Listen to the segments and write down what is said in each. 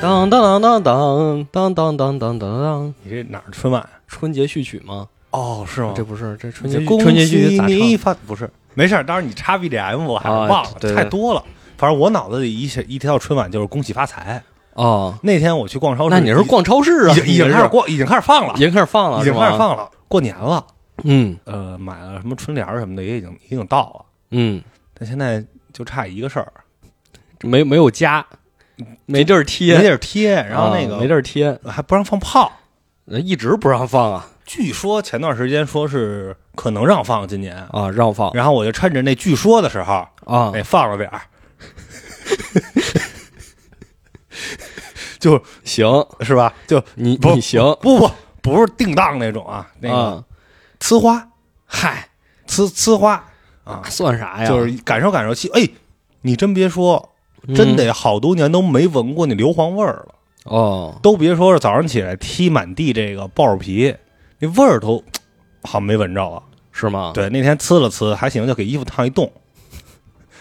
当当当当当当当当，你这哪儿春晚啊？春节序曲吗？哦，是吗这？不是，这春这节恭春节序喜咋你唱？发不是？没事儿，当时你插 BGM 我还啊忘了，对对太多了。反正我脑子里一想一提到春晚就是恭喜发财。哦，那天我去逛超市，那你是已逛超市啊？已经已经你开始是逛，已经开始放了已，经开始放了，已经是开始吗。放了。过年了，嗯呃，买了什么春联儿什么的也已经已经到了，嗯，但现在就差一个事儿，没没有家，没地儿贴，没地儿贴，然后那啊没地个儿贴，还不让放炮。人一直不让放啊据说前段时间说是可能让放今年，啊，让放然后我就趁着那据说的时候，啊哎，放了点儿， 就行，是吧？就你不你行不不不是定当那种啊，那个啊，呲花嗨，呲呲花啊，算啥哎呀？就是感受感受气。哎，你真别说，嗯真得好多年都没闻过那硫磺味儿了，哦，都别说是早上起来踢满地这个爆皮，那味儿都好像没闻着啊。是吗？对，那天呲了呲还行，就给衣服烫一洞。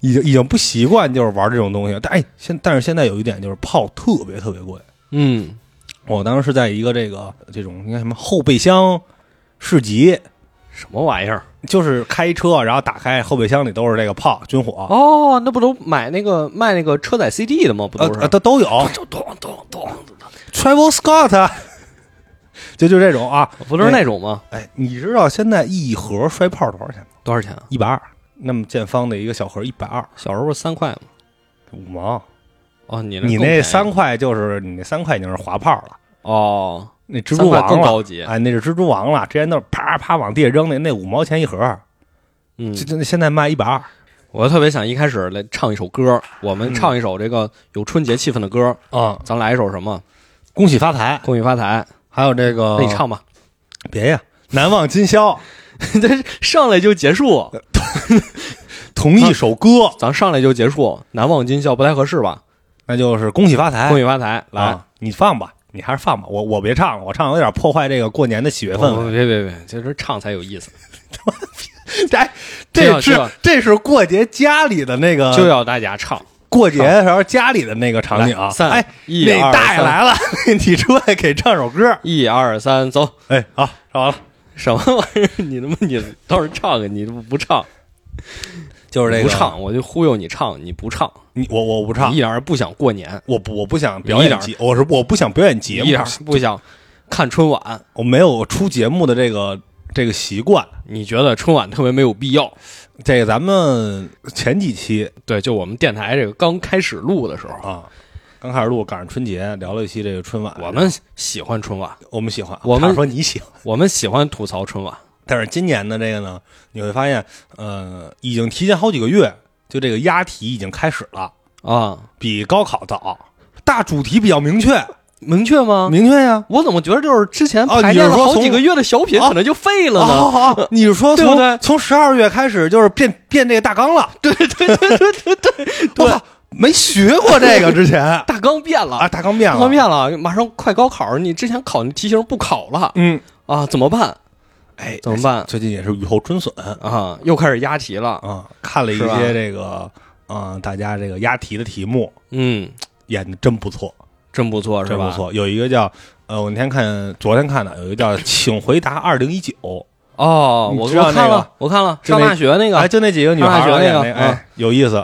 已经已经不习惯就是玩这种东西，但哎，现但是现在有一点就是炮特别特别贵。嗯我当时是在一个这个这种应该什么后备箱市集，什么玩意儿？就是开车然后打开后备箱里都是这个炮军火，哦，那不都买那个卖那个车载 CD 的吗？不呃都是？呃都都有就咚咚咚， Travel Scott，就就这种啊，不都是那种吗？哎，你知道现在一盒摔炮多少钱吗？多少钱啊？一百二，那么建方的一个小盒一百二小时候不是三块吗？五毛，哦，你你更便那宜三块就是你那三块已经是滑炮了。哦，那蜘蛛三块王更了高级哎，那是蜘蛛王了。之前都是啪啪往地下扔，那那五毛钱一盒，嗯这，这现在卖一百二我特别想一开始来唱一首歌，我们唱一首这个有春节气氛的歌，啊！咱来一首什么？恭喜发财！恭喜发财，还有这个，那你唱吧。 别呀，难忘今宵，这上来就结束，同一首歌，咱上来就结束，难忘今宵不太合适吧？那就是恭喜发财。恭喜发财，来，啊，你放吧，你还是放吧，我我别唱了，我唱有点破坏这个过年的喜悦氛不围。 哦别别别，这是唱才有意思，哎，这这样这样是这是过节家里的那个，就要大家唱。过节的时候家里的那个场景啊来。三哎，一那二大爷三来 了，你出来给唱首歌。一二三，走！ 哎，好，唱完了。什么玩意儿？你他妈你倒是唱啊！你不不唱，就是这个不唱，我就忽悠你唱，你不唱，你我我不唱你一，点儿也不想过年，我不我不想表演节，我是我不想表演节一目点，儿也不想看春晚。我没有出节目的这个这个习惯。你觉得春晚特别没有必要？这个咱们前几期对，就我们电台这个刚开始录的时候，啊，刚开始录赶上春节，聊了一期这个春晚，我们喜欢春晚，我们喜欢，我们他说你喜欢，我们喜欢吐槽春晚。但是今年的这个呢，你会发现，呃，已经提前好几个月，就这个押题已经开始了，啊，比高考早，大主题比较明确，明确吗？明确呀、我怎么觉得就是啊之前哦排你是练了说好几从个月的小品，哦可能就废了好呢？呃好好，你是说对从不对从十二月开始就是变变这个大 纲了？对对对对对对， 我操，没学过这个之前 啊，大纲变了，大纲变大了，纲变了，马上快高考，你之前考那题型不考了嗯，啊？怎么办？哎，怎么办最近也是雨后春笋啊？又开始押题了。啊，看了一是吧些这个，嗯，大家这个押题的题目嗯，演的真不错，真不错，是真吧？不错。有一个叫呃，我那天看，昨天看的，有一个叫《请回答二零一九》，哦，你我知道我那看个了，我看了，就上那大学 那个哎，就那几个女孩上大儿学那个演嗯哎，有意思，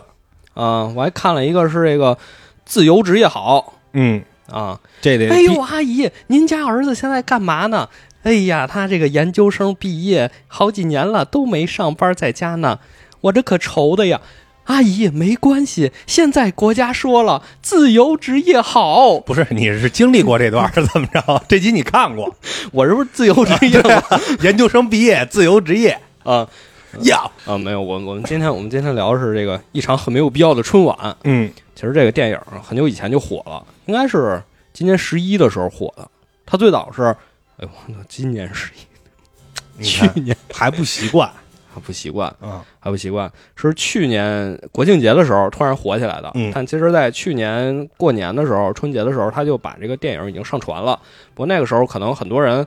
啊，我还看了一个是这个自由职业好嗯，啊。这得哎呦，阿姨，您家儿子现在干嘛呢？哎呀，他这个研究生毕业好几年了，都没上班，在家呢。我这可愁的呀。阿姨，没关系，现在国家说了，自由职业好。不是，你是经历过这段儿 是怎么着？这集你看过，我这不是自由职业吗？ 研究生毕业，自由职业 啊呀。啊，没有，我我们今天我们今天聊的是这个一场很没有必要的春晚。嗯，其实这个电影很久以前就火了，应该是今年十一的时候火的。它最早是，哎呦，今年十一，你去嗯看年 还不习惯还不习惯，啊。还不习惯，是去年国庆节的时候突然火起来的。嗯但其实，在去年过年的时候，春节的时候，他就把这个电影已经上传了。不过那个时候，可能很多人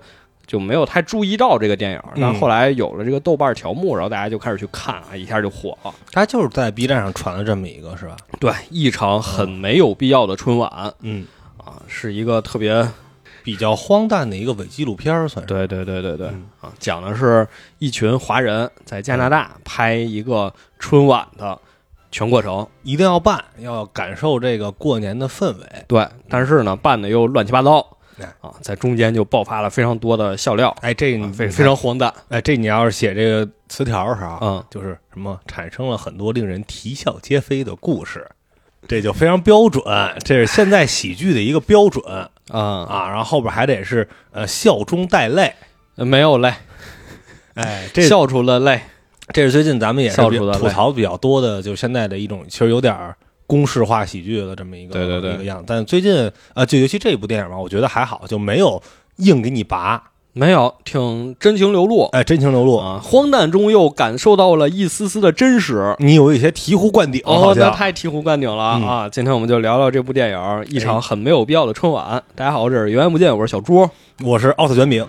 就没有太注意到这个电影。嗯但后来有了这个豆瓣条目，然后大家就开始去看啊，一下就火了。他就是在 B 站上传了这么一个，是吧？对，一场很没有必要的春晚嗯，啊，是一个特别哎比较荒诞的一个伪纪录片儿，算是。对对对对对嗯啊，讲的是一群华人在加拿大拍一个春晚的全过程。一定要办，要感受这个过年的氛围。对，但是呢，办的又乱七八糟哎啊，在中间就爆发了非常多的笑料，哎，这啊你非非常荒诞。哎，这你要是写这个词条的时候，嗯，就是什么产生了很多令人啼笑皆非的故事，这就非常标准，这是现在喜剧的一个标准啊、啊。然后后边还得是呃笑中带泪，没有泪，哎，这笑出了泪。这是最近咱们也是笑比出了泪吐槽比较多的，就是现在的一种其实有点儿公式化喜剧的这么一个对对对一个样子。但最近呃，就尤其这部电影吧，我觉得还好，就没有硬给你拔，没有，挺真情流露哎，真情流露。啊，荒诞中又感受到了一丝丝的真实。你有一些醍醐灌顶，哦好，那像太醍醐灌顶了嗯啊！今天我们就聊聊这部电影《一场很没有必要的春晚》。大家好，这是源源不见，我是小朱。我是奥特卷啊饼。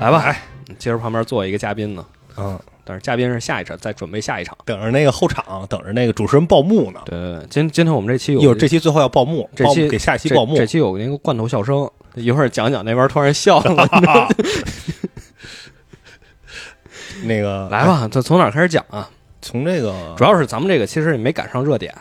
来吧，哎，接着旁边坐一个嘉宾呢，嗯，但是嘉宾是下一场，再准备下一场。等着那个后场，等着那个主持人报幕呢。对对对，今今天我们这期有一会儿这期最后要报幕，哎这报期幕给下一期这报幕这。期有那个罐头笑声，一会儿讲讲那边突然笑 了。 那个哎来，吧，这从哪儿开始讲啊？从这个主要是咱们这个其实也没赶上热点，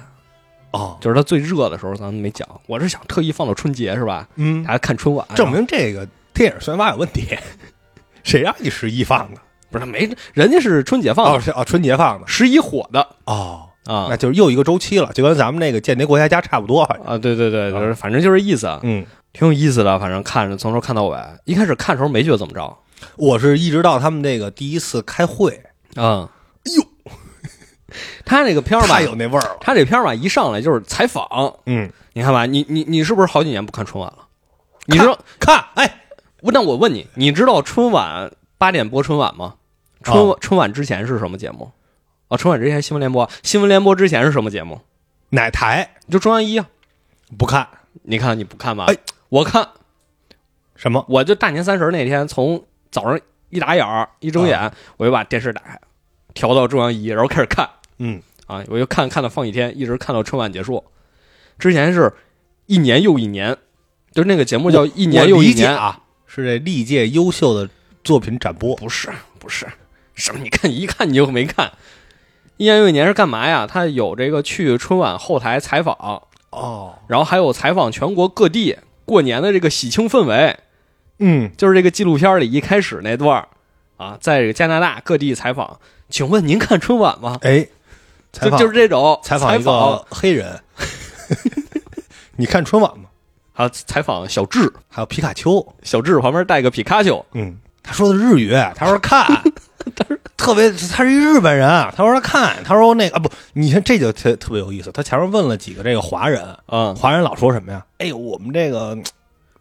哦，就是它最热的时候咱们没讲。我是想特意放到春节是吧？嗯大，家看春晚，啊证明这个电影宣发有问题， 谁让你十一放的？不是没人家是春节放哦，的，是哦，春节放的十一火的哦，啊那就是又一个周期了，就跟咱们那个《间谍过家家》差不多，反正啊！对对对，就哦是反正就是意思，啊，嗯，挺有意思的。反正看着从头看到尾，一开始看的时候没觉得怎么着，我是一直到他们那个第一次开会，嗯，哎呦， 他这个片儿吧太，有那味儿了，他这片儿吧一上来就是采访，嗯，你看吧，你你你是不是好几年不看春晚了？你看知道看，哎，不但我问你，你知道春晚八点播春晚吗？春、哦春晚之前是什么节目？啊，春晚之前新闻联播，新闻联播之前是什么节目？哪台就中央一啊。不看你看你不看吧？哎，我看，什么？我就大年三十那天，从早上一打眼儿一睁哦眼，我就把电视打开，调到中央一，然后开始看嗯，啊，我就看看到放一天，一直看到春晚结束。之前是一年又一年，就是那个节目叫一年又我一理解年啊，是这历届优秀的作品展播。不是不是，什么？你看一看你就没看。一年又一年是干嘛呀？他有这个去春晚后台采访，哦，然后还有采访全国各地过年的这个喜庆氛围，嗯，就是这个纪录片里一开始那段儿啊，在这个加拿大各地采访。请问您看春晚吗？哎，采就访就是这种采访一个黑人， 你看春晚吗？还有采访小智，还有皮卡丘，小智旁边带个皮卡丘，嗯，他说的日语，他说看，特别，他是一日本人，他说他看，他说那个啊不，你看这就特特别有意思，他前面问了几个这个华人，嗯华人老说什么呀？哎呦，我们这个嗯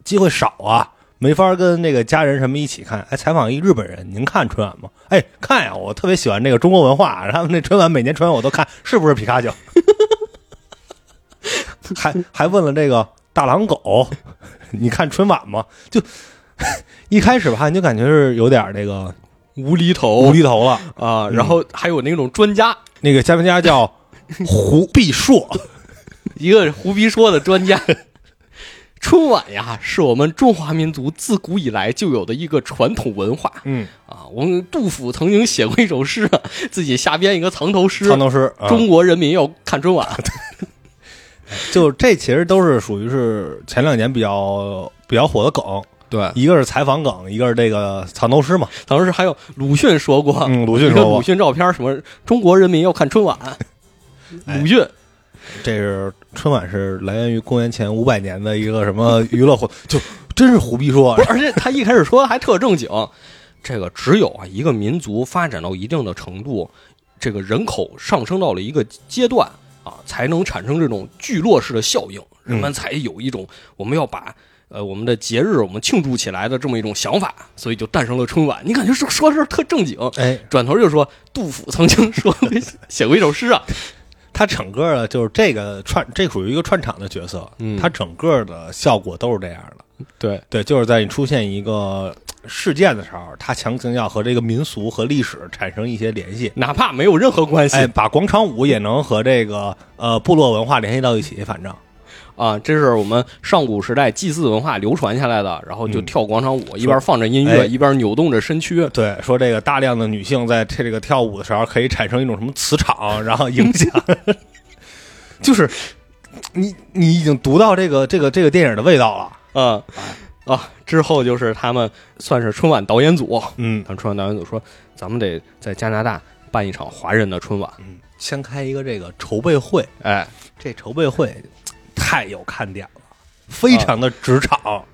机会少啊，没法跟那个家人什么一起看。哎，采访一日本人，您看春晚吗？哎，看呀，我特别喜欢这个中国文化，他们那春晚每年春晚我都看， 是不是皮卡丘？还还问了这个大狼狗， 你看春晚吗？就 一开始吧，你就感觉是有点这个无厘头无厘头了。啊，然后还有那种专家，那个嘉宾家叫胡必硕，一个胡逼说的专家。 春晚呀，是我们中华民族自古以来就有的一个传统文化嗯，啊。我们杜甫曾经写过一首诗，啊自己瞎编一个藏头诗藏，头啊师，啊中国人民要看春晚。就这其实都是属于是前两年比较比较火的梗， 对，一个是采访梗，一个是这个藏头诗嘛。当时还有鲁迅说过，嗯，鲁一迅个说鲁过，迅照片，什么中国人民要看春晚，哎鲁迅这是春晚是来源于公元前五百年的一个什么娱乐活，就真是胡逼说啊不。 是，而且他一开始说还特正经，这个只有啊一个民族发展到一定的程度，这个人口上升到了一个阶段啊，才能产生这种聚落式的效应，人们才有一种我们要把。呃，我们的节日我们庆祝起来的这么一种想法，所以就诞生了春晚。你感觉说说事儿特正经，哎， 转头就说杜甫曾经说写过一首诗啊，他整个的就是这个串，这属于一个串场的角色，嗯他整个的效果都是这样的。对，对，就是在你出现一个事件的时候，他强行要和这个民俗和历史产生一些联系。哪怕没有任何关系、哎，把广场舞也能和这个呃部落文化联系到一起，反正啊，这是我们上古时代祭祀文化流传下来的，然后就嗯跳广场舞，一边放着音乐，哎一边扭动着身躯。对，说这个大量的女性在这个跳舞的时候，可以产生一种什么磁场，然后影 响，就是你你已经读到这个这个这个电影的味道了，嗯啊，之后就是他们算是春晚导演组，嗯他们春晚导演组说，咱们得在加拿大办一场华人的春晚。嗯，先开一个这个筹备会，哎，这筹备会太有看点了，非常的职场，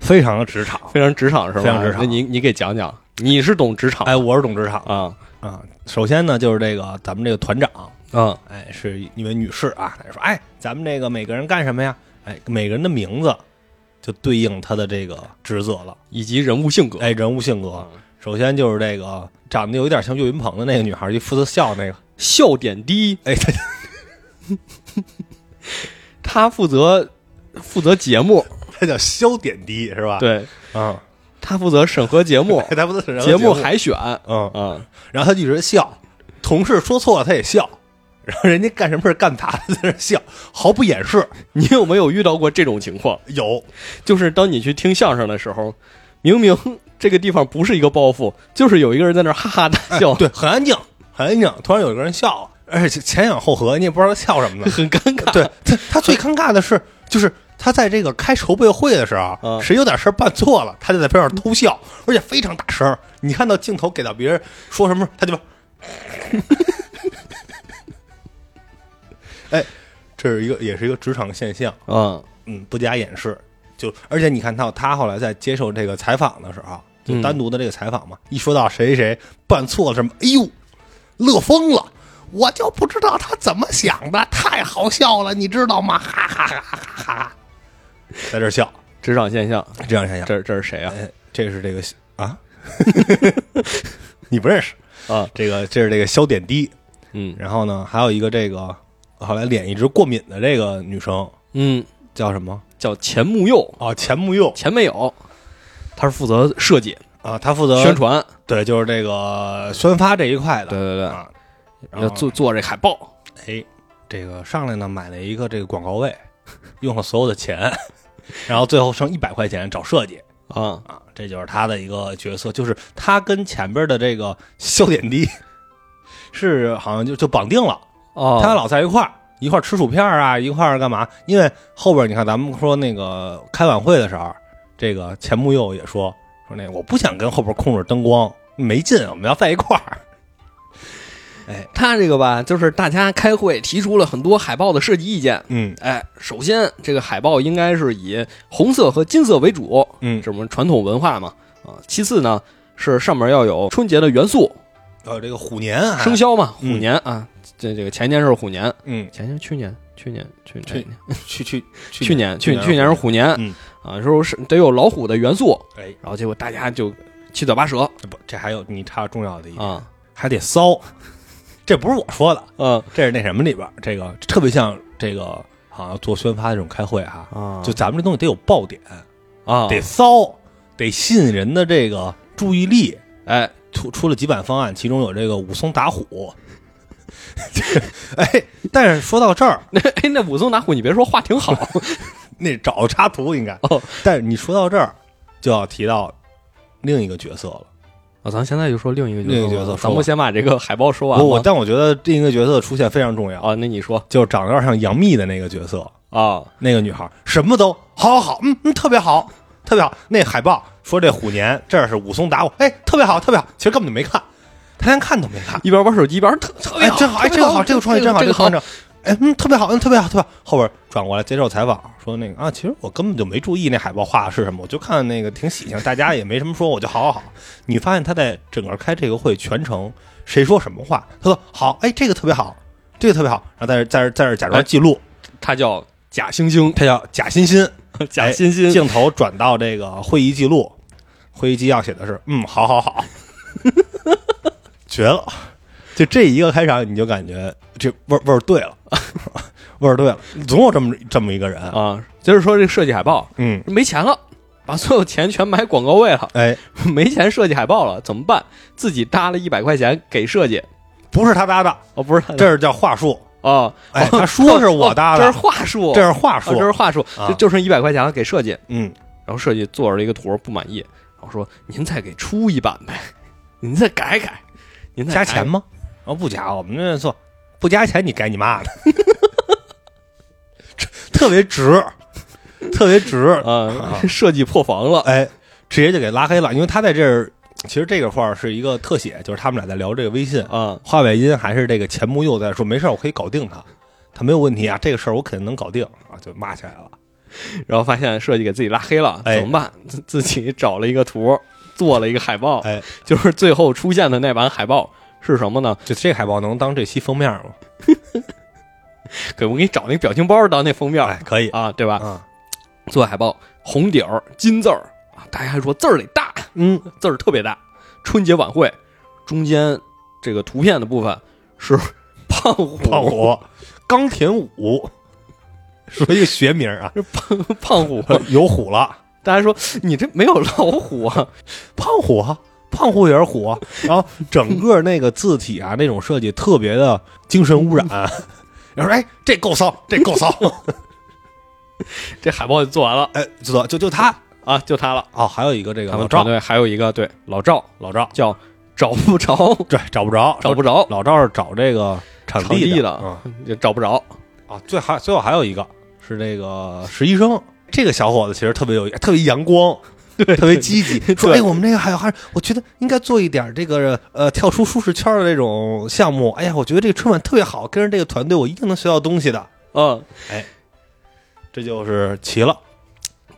非常的职场，非常职场是吧？非常职场那你你给讲讲，你是懂职场哎，我是懂职场啊、啊？首先呢，就是这个咱们这个团长，嗯哎，是一位女士啊，她说，哎，咱们这个每个人干什么呀？哎，每个人的名字就对应他的这个职责了，以及人物性格。哎，人物性格。首先就是这个长得有点像岳云鹏的那个女孩，就负责笑那个，笑点低，哎，她 他负责负责节目， 她叫肖点滴是吧？，对嗯，他负责审核节目， 她不是节嗯目目海选。嗯，嗯，然后她就一直笑，同事说错了她也笑，然后人家干什么事儿干他在那儿笑，毫不掩饰。 你有没有遇到过这种情况？有，就是当你去听相声的时候，明明 这个地方不是一个包袱，就是有一个人在那儿哈哈大笑，哎对，很安静，很安静。突然有一个人笑了，而且前仰后合，你也不知道他笑什么呢。 很尴尬。对他，他最尴尬的是，就是他在这个开筹备会的时候，嗯谁有点事儿办错了，他就在边上偷笑，而且非常大声儿。你看到镜头给到别人说什么，他就， 哎，这是一个也是一个职场现象，嗯，嗯，不加掩饰。就而且你看到他后来在接受这个采访的时候，就嗯单独的这个采访嘛，一说到谁谁谁办错了什么，哎呦，乐疯了。我就不知道他怎么想的，太好笑了，你知道吗？哈哈哈哈哈哈！在这儿笑，职场现象，这样想想，这这是谁啊？哎，这是这个啊， 你不认识啊，这个，这是这个肖点滴。嗯然后呢，还有一个这个后来脸一直过敏的这个女生嗯，叫什么？叫钱穆佑，哦，钱穆佑钱没有，他是负责设计、啊，她负责宣传，对，就是这个宣发这一块的。对对对啊，然要后做做这海报。哎，这个上来呢买了一个这个广告位， 用了所有的钱， 然后最后剩一百块钱找设计啊，啊，这就是他的一个角色，就是他跟前边的这个笑点低是好像就就绑定了，哦，他老在一块儿。一块儿吃薯片儿啊，一块儿干嘛？因为后边你看，咱们说那个开晚会的时候，这个钱穆佑也说说那我不想跟后边控制灯光，没劲，我们要在一块儿。他这个吧，就是大家开会提出了很多海报的设计意见。嗯哎，首先这个海报应该是以红色和金色为主， 嗯，这我们传统文化嘛啊。其次呢，是上面要有春节的元素，呃，这个虎年啊，生肖嘛，虎嗯年啊。这这个前年是虎年，嗯，前年去年去年去去年去哎 去去年去去年年是虎年嗯啊，说是得有老虎的元素，哎，然后结果大家就七嘴八舌不，这还有你插重要的一点，啊，还得骚，这不是我说的，嗯这是那什么里边儿，这个特别像这个好像做宣发这种开会哈，啊就咱们这东西得有爆点，啊得骚，得吸引人的这个注意力。哎 出出了几版方案，其中有这个武松打虎。 哎，但是说到这儿，那哎那武松打虎，你别说话 挺好那找插图应该。哦但是你说到这儿，就要提到另一个角色了。啊，咱现在就说另一个另一个角色吧说 咱吧们先把这个海报说完我我，吧。但我觉得另一个角色的出现非常重要，啊，那你说就是长得有点像杨幂的那个角色，啊，那个女孩什么都好好好，嗯嗯，特别好，特别好。那海报说这虎年这儿是武松打虎，哎，特别好，特别好。其实根本就没看，他连看都没 看。一边玩手机一边特特别哎，真好，哎，特这别个好，这个创意真好，这个这个好创意真好。哎，嗯，特别好，嗯，特别好，特别好。后边转过来接受采访，说那个啊，其实我根本就没注意那海报画的是什么，我就看那个挺喜庆，大家也没什么说，我就好好好。你发现他在整个开这个会全程，谁说什么话，他说好，哎，这个特别好，这个特别好，然后在这在这在这假装记录，他叫假惺惺，他叫假欣欣， 假惺哎惺，镜头转到这个会议记录， 会议纪要写的是嗯，好好好，绝了，就这一个开场，你就感觉这味儿味儿对了， 味儿对了，总有这么这么一个人，啊，就是说这个设计海报嗯，没钱了，把所有钱全买广告位了， 哎，没钱设计海报了，怎么办？自己搭了一百块钱给设计，不是他搭的，哦，不是他的这是叫话术，哦，哎 哦他说是我搭的哦这是话术，这是话术哦，这是话术，啊就就剩一百块钱了给设计，嗯，然后设计做了一个图不满意，然后说您再给出一版呗，您再改改，您再加改钱吗？哦，不加，我们这错，不加钱你该你 妈的，特别直，特别直，啊， 设计破防了，哎，直接就给拉黑了，因为他在这儿，其实这个块儿是一个特写，就是他们俩在聊这个微信，啊画外音还是这个钱木佑在说，没事儿，我可以搞定他，他没有问题啊，这个事儿我肯定能搞定啊，就骂起来了。然后发现设计给自己拉黑了，哎怎么办？自自己找了一个图，做了一个海报，哎，就是最后出现的那版海报是什么呢？就这海报能当这期封面吗？给我给你找那个表情包当那封面、哎，可以啊，对吧？啊，做海报，红底儿金字儿啊，大家还说字儿得大，嗯，字儿特别大。春节晚会中间这个图片的部分是胖虎，胖虎，钢铁 舞，说一个学名啊，是胖胖虎。有虎了。大家说你这没有老虎啊？ 胖虎啊，胖虎也是虎啊。然后整个那个字体啊，那种设计特别的精神 污染。然后说，哎，这够骚，这够 骚。这海报就做完了哎，就就就他啊，就他了。哦，还有一个这个他们老团赵，队还有一个对老赵老赵叫找不着， 对找不着，找不着，老赵是找这个场场地的了，也找不着。嗯啊。最还最后还有一个是这个实习生，这个小伙子其实特别有特别阳 光。对，特别积极，说对哎，我们这个还有还是，我觉得应该做一点这个呃跳出舒适圈的这种项目。哎呀，我觉得这个春晚特别好，跟着这个团队，我一定能学到东西的。嗯，这就是齐了。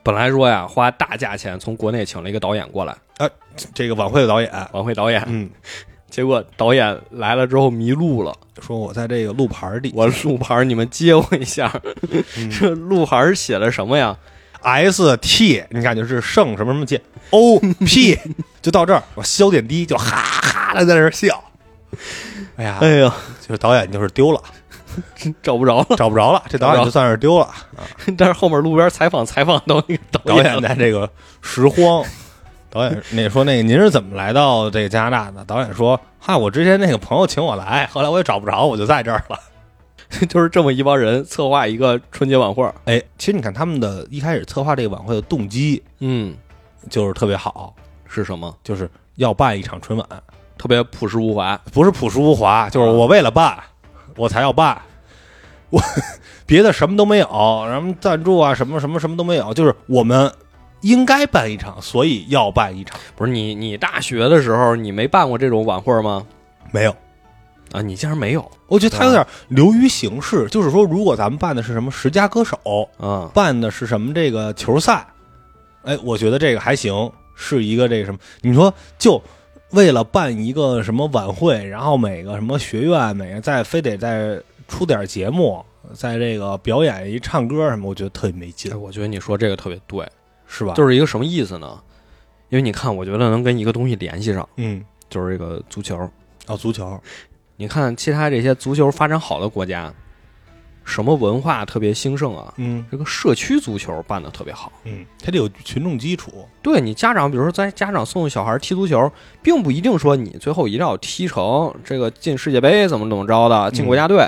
本来说呀，花大价钱从国内请了一个导演过来，这个晚会的导演，晚会导演，嗯， 结果导演来了之后迷路了，说我在这个路牌里我路牌儿你们接我一下， 这路牌儿写了什么呀？ S T，你感觉是圣什么什么界 O P，就到这儿，我消点低就哈哈的在那儿笑。哎呀，哎呀，就是导演就是丢了，找不着了。找不着了，这导演就算是丢了。但是后面路边采访采访到那个导导演演了，在这个拾荒。导 演那说那个您是怎么来到这个加拿大的？导演说嗨，我之前那个朋友请我来，后来我也找不着，我就在这儿了。就是这么一帮人策划一个春节晚会儿。哎，其实你看他们的一开始策划这个晚会的动机嗯，就是特别好，是什么？就是要办一场春晚，特别朴实无华。不是朴实无华，就是我为了办，我才要办，我别的什么都没有，什么赞助啊，什么什么什么都没有，就是我们应该办一场，所以要办一场，不是你，你大学的时候你没办过这种晚会儿吗？没有。嗯啊，你竟然没有我觉得他有点流于形式，就是说，如果咱们办的是什么十佳歌手，啊？办的是什么这个球赛，哎，我觉得这个还行，是一个这个什么，你说就为了办一个什么晚会，然后每个什么学院每个再非得再出点节目，在这个表演一唱歌什么，我觉得特别没劲哎，，我觉得你说这个特别对，是吧？就是一个什么意思呢？因为你看，我觉得能跟一个东西联系上，嗯，就是这个足球。哦，足球，你看其他这些足球发展好的国家，什么文化特别兴盛啊？嗯这个社区足球办得特别好。嗯，它得有群众基础，对你家长，比如说在家长送小孩踢足球，并不一定说你最后一定要踢成这个进世界杯怎么怎么着的，进国家队，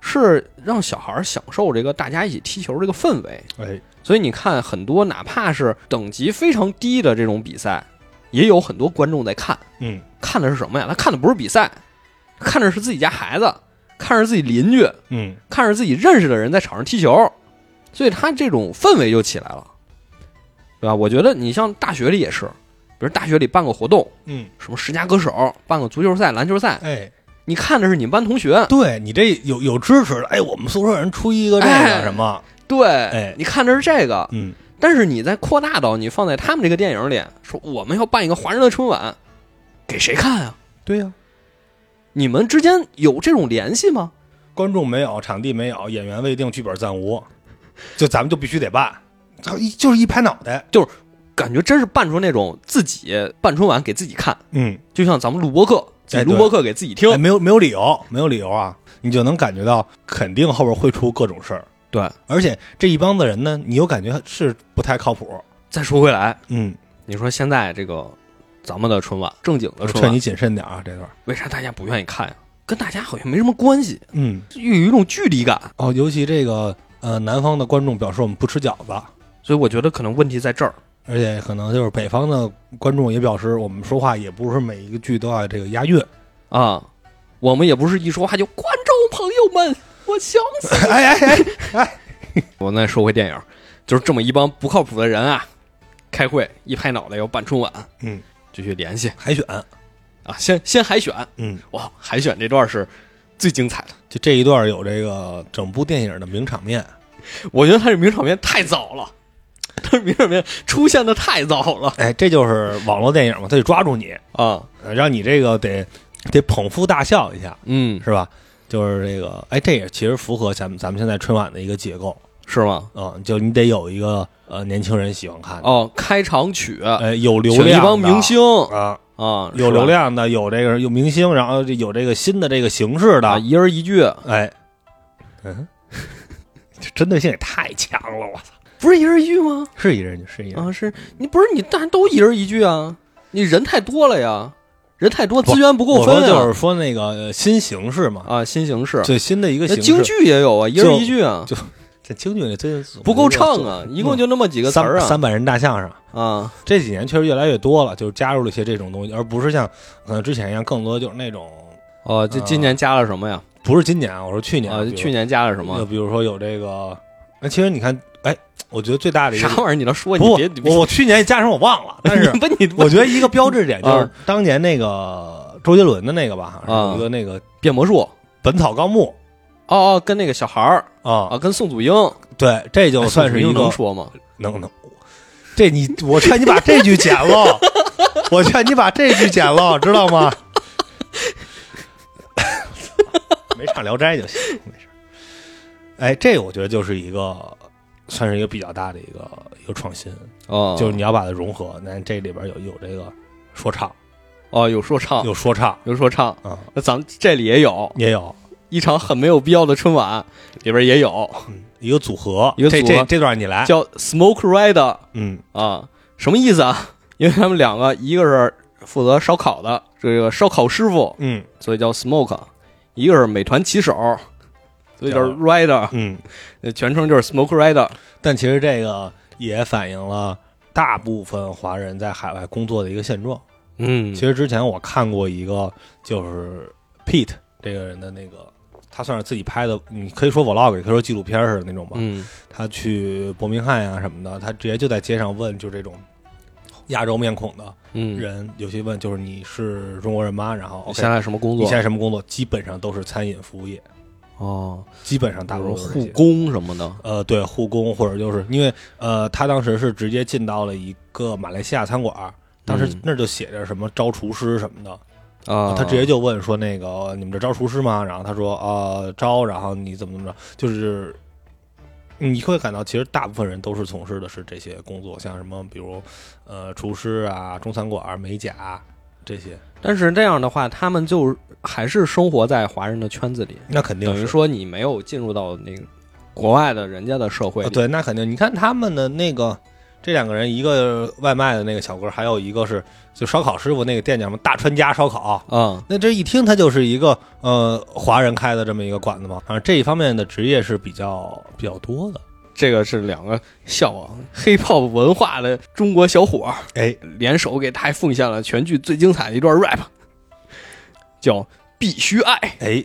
是让小孩享受这个大家一起踢球这个氛围。哎，所以你看，很多哪怕是等级非常低的这种比赛，也有很多观众在看。嗯，看的是什么呀？他看的不是比赛，看的是自己家孩子，看着自己邻居，嗯，看着自己认识的人在场上踢球，所以他这种氛围就起来了，对吧？我觉得你像大学里也是，比如大学里办个活动，嗯，什么十佳歌手，办个足球赛、篮球赛，哎，你看的是你们班同学，对你这有有支持的，哎，我们宿舍人出一个这个哎什么，对，哎你看的是这个，嗯，但是你再扩大到你放在他们这个电影里，说我们要办一个华人的春晚，给谁看啊？对呀、你们之间有这种联系吗？观众没有，场地没有，演员未定，剧本暂无， 就咱们就必须得办，一就是一拍脑袋，感觉真是办出那种自己办春晚给自己看，嗯，就像咱们录播课，解读对播客给自己听。哎没有没有理由，没有理由啊，你就能感觉到肯定后边会出各种事儿，对，而且这一帮子人呢，你又感觉是不太靠谱。再说回来，嗯，你说现在这个咱们的春晚，正经的我春劝晚你，谨慎点啊，这段。为啥大家不愿意看呀、跟大家好像没什么关系，嗯，就有一种距离感。哦，尤其这个呃，南方的观众表示我们不吃饺子，所以我觉得可能问题在这儿。而且可能就是北方的观众也表示我们说话也不是每一个句都要这个押韵。啊，我们也不是一说话就观众朋友们，我想死。 哎哎哎，我再说回电影，就是这么一帮不靠谱的人啊，开会一拍脑袋要办春晚，嗯，就去联系海选，啊，先先海选，嗯，哇，海选这段是最精彩的，就这一段有这个整部电影的名场面。我觉得他这名场面太早了，他这名场面出现的太早了哎，这就是网络电影嘛，他得抓住你，啊，呃让你这个得得捧腹大笑一下，嗯，是吧？就是这个，哎，这也其实符合咱们咱们现在春晚的一个结构是吗？啊、嗯就你得有一个呃年轻人喜欢看的，哦，开场曲，呃，有流请一量的，帮明星啊，啊，有是流吧量的，有这个有明星，然后这有这个新的这个形式啊，的，一人一句，哎，嗯， 这针对性也太强了，我操！不是一人一句吗？是一人就是一人，啊，是你不是你，大家都一人一句啊，你人太多了呀，人太多，不资源不够我说分就啊是说那个呃新形式嘛，啊，新形式，最新的一个那形京式。剧也有啊，一人一句啊，就这京剧那真是不够唱啊，一共就那么几个词儿三啊三百人大相声。啊，这几年确实越来越多了，就是加入了一些这种东西，而不是像可能之前一样，更多就是那种哦，这啊今年加了什么呀？不是今年啊，我说去年啊，比如去年加了什就么？比如说有这个，那其实你看，哎，我觉得最大的一个啥玩意儿？你倒说，你不别，你，别我我去年加上我忘了，但是你不你我觉得一个标志点就是啊当年那个周杰伦的那个吧，是有一个那个《变魔术，本草纲目哦哦，跟那个小孩儿》啊，啊，跟宋祖英，对，这就哎算宋祖是英一个能说吗？能能，这你我劝你把这句剪了，我劝你把这句剪了，知道吗？没唱《聊斋》就行，没事儿。哎，这我觉得就是一个，算是一个比较大的一个一个创新，哦，就是你要把它融合。那这里边有有这个说唱，哦，有说唱，有说唱有说唱，啊，那咱们这里也有也有一场很没有必要的春晚，里边也有。嗯一个组合，一个这组合这这段你来，叫 Smoke Rider 嗯，啊，什么意思啊？因为他们两个，一个是负责烧烤的这个烧烤师傅，嗯所以叫 Smoke；一个是美团骑手，所以叫叫 Rider，嗯，呃全称就是 Smoke Rider。但其实这个也反映了大部分华人在海外工作的一个现状。嗯其实之前我看过一个，就是 Pete 这个人的那个，他算是自己拍的，你可以说 vlog，也可以说纪录片儿似的那种吧。嗯他去伯明翰呀、啊什么的，他直接就在街上问，就这种亚洲面孔的嗯，人，有些问就是你是中国人吗？然后你 OK，现在什么工你作现？在什么工作？基本上都是餐饮服务业，哦，基本上比大如多数都护是这些。工什么的。呃，对，护工或者就是因为呃，他当时是直接进到了一个马来西亚餐馆儿，当时嗯那儿就写着什么招厨师什么的，啊，他直接就问说那个你们这招厨师吗？然后他说呃招，然后你怎么怎么着，就是你会感到其实大部分人都是从事的是这些工作，像什么比如呃厨师啊、中餐馆、美甲啊这些，但是这样的话，他们就还是生活在华人的圈子里，那肯定等于是说你没有进入到那个国外的人家的社会啊里。对，那肯定。你看他们的那个这两个人，一个外卖的那个小哥，还有一个是就烧烤师傅那个店叫什么大川家烧烤。啊，那这一听，他就是一个呃华人开的这么一个馆子嘛，反正这一方面的职业是比较比较多的。这个是两个向往黑泡文化的中国小伙儿哎，联手给大家奉献了全剧最精彩的一段 rap，叫《必须爱》。哎，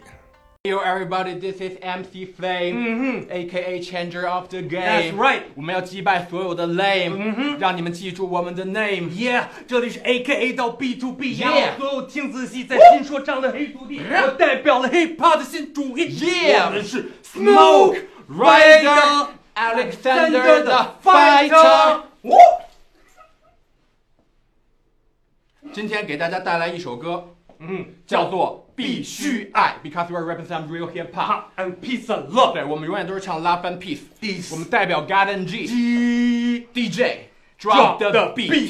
Yo everybody, this is MC Flame，、a.k.a. Changer of the Game。Mm-hmm. That's right 我们要击败所有的 lame，、让你们记住我们的 name。耶！这里是 A K A 到 B to B， Yeah 然后所有听仔细在新说唱的黑土地， Yeah 我代表了 hip hop 的新主义。 Yeah 我们是 Smoke Smoke Rider Rider Alexander the Fighter Fighter。哦今天给大家带来一首歌，嗯，叫做《必须爱》，because we represent real hip hop。 ，And peace and love。对，我们永远都是唱 Love and Peace。 Peace 我们代表 God and G D DJ Drop the the beat。 beat。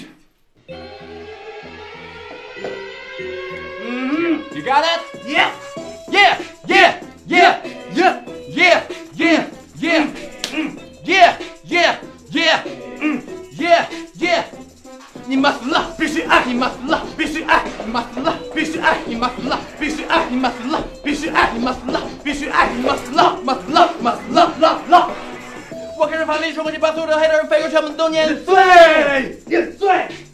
嗯，Mm-hmm. You got it? Yeah. Yeah, yeah, yeah, yeah, yeah, yeah, yeah, mm, yeah, yeah, yeah, mm, yeah, yeah. 你 must love，必须爱；你 must love，必须爱；你 must love，必须爱；你 must love，必须爱；你 must love，必须爱；你 must love，必须爱；你 must love，must love，must love love love。我开始发力，说过去把所有的黑人、非洲全部都碾碎。对，眼碎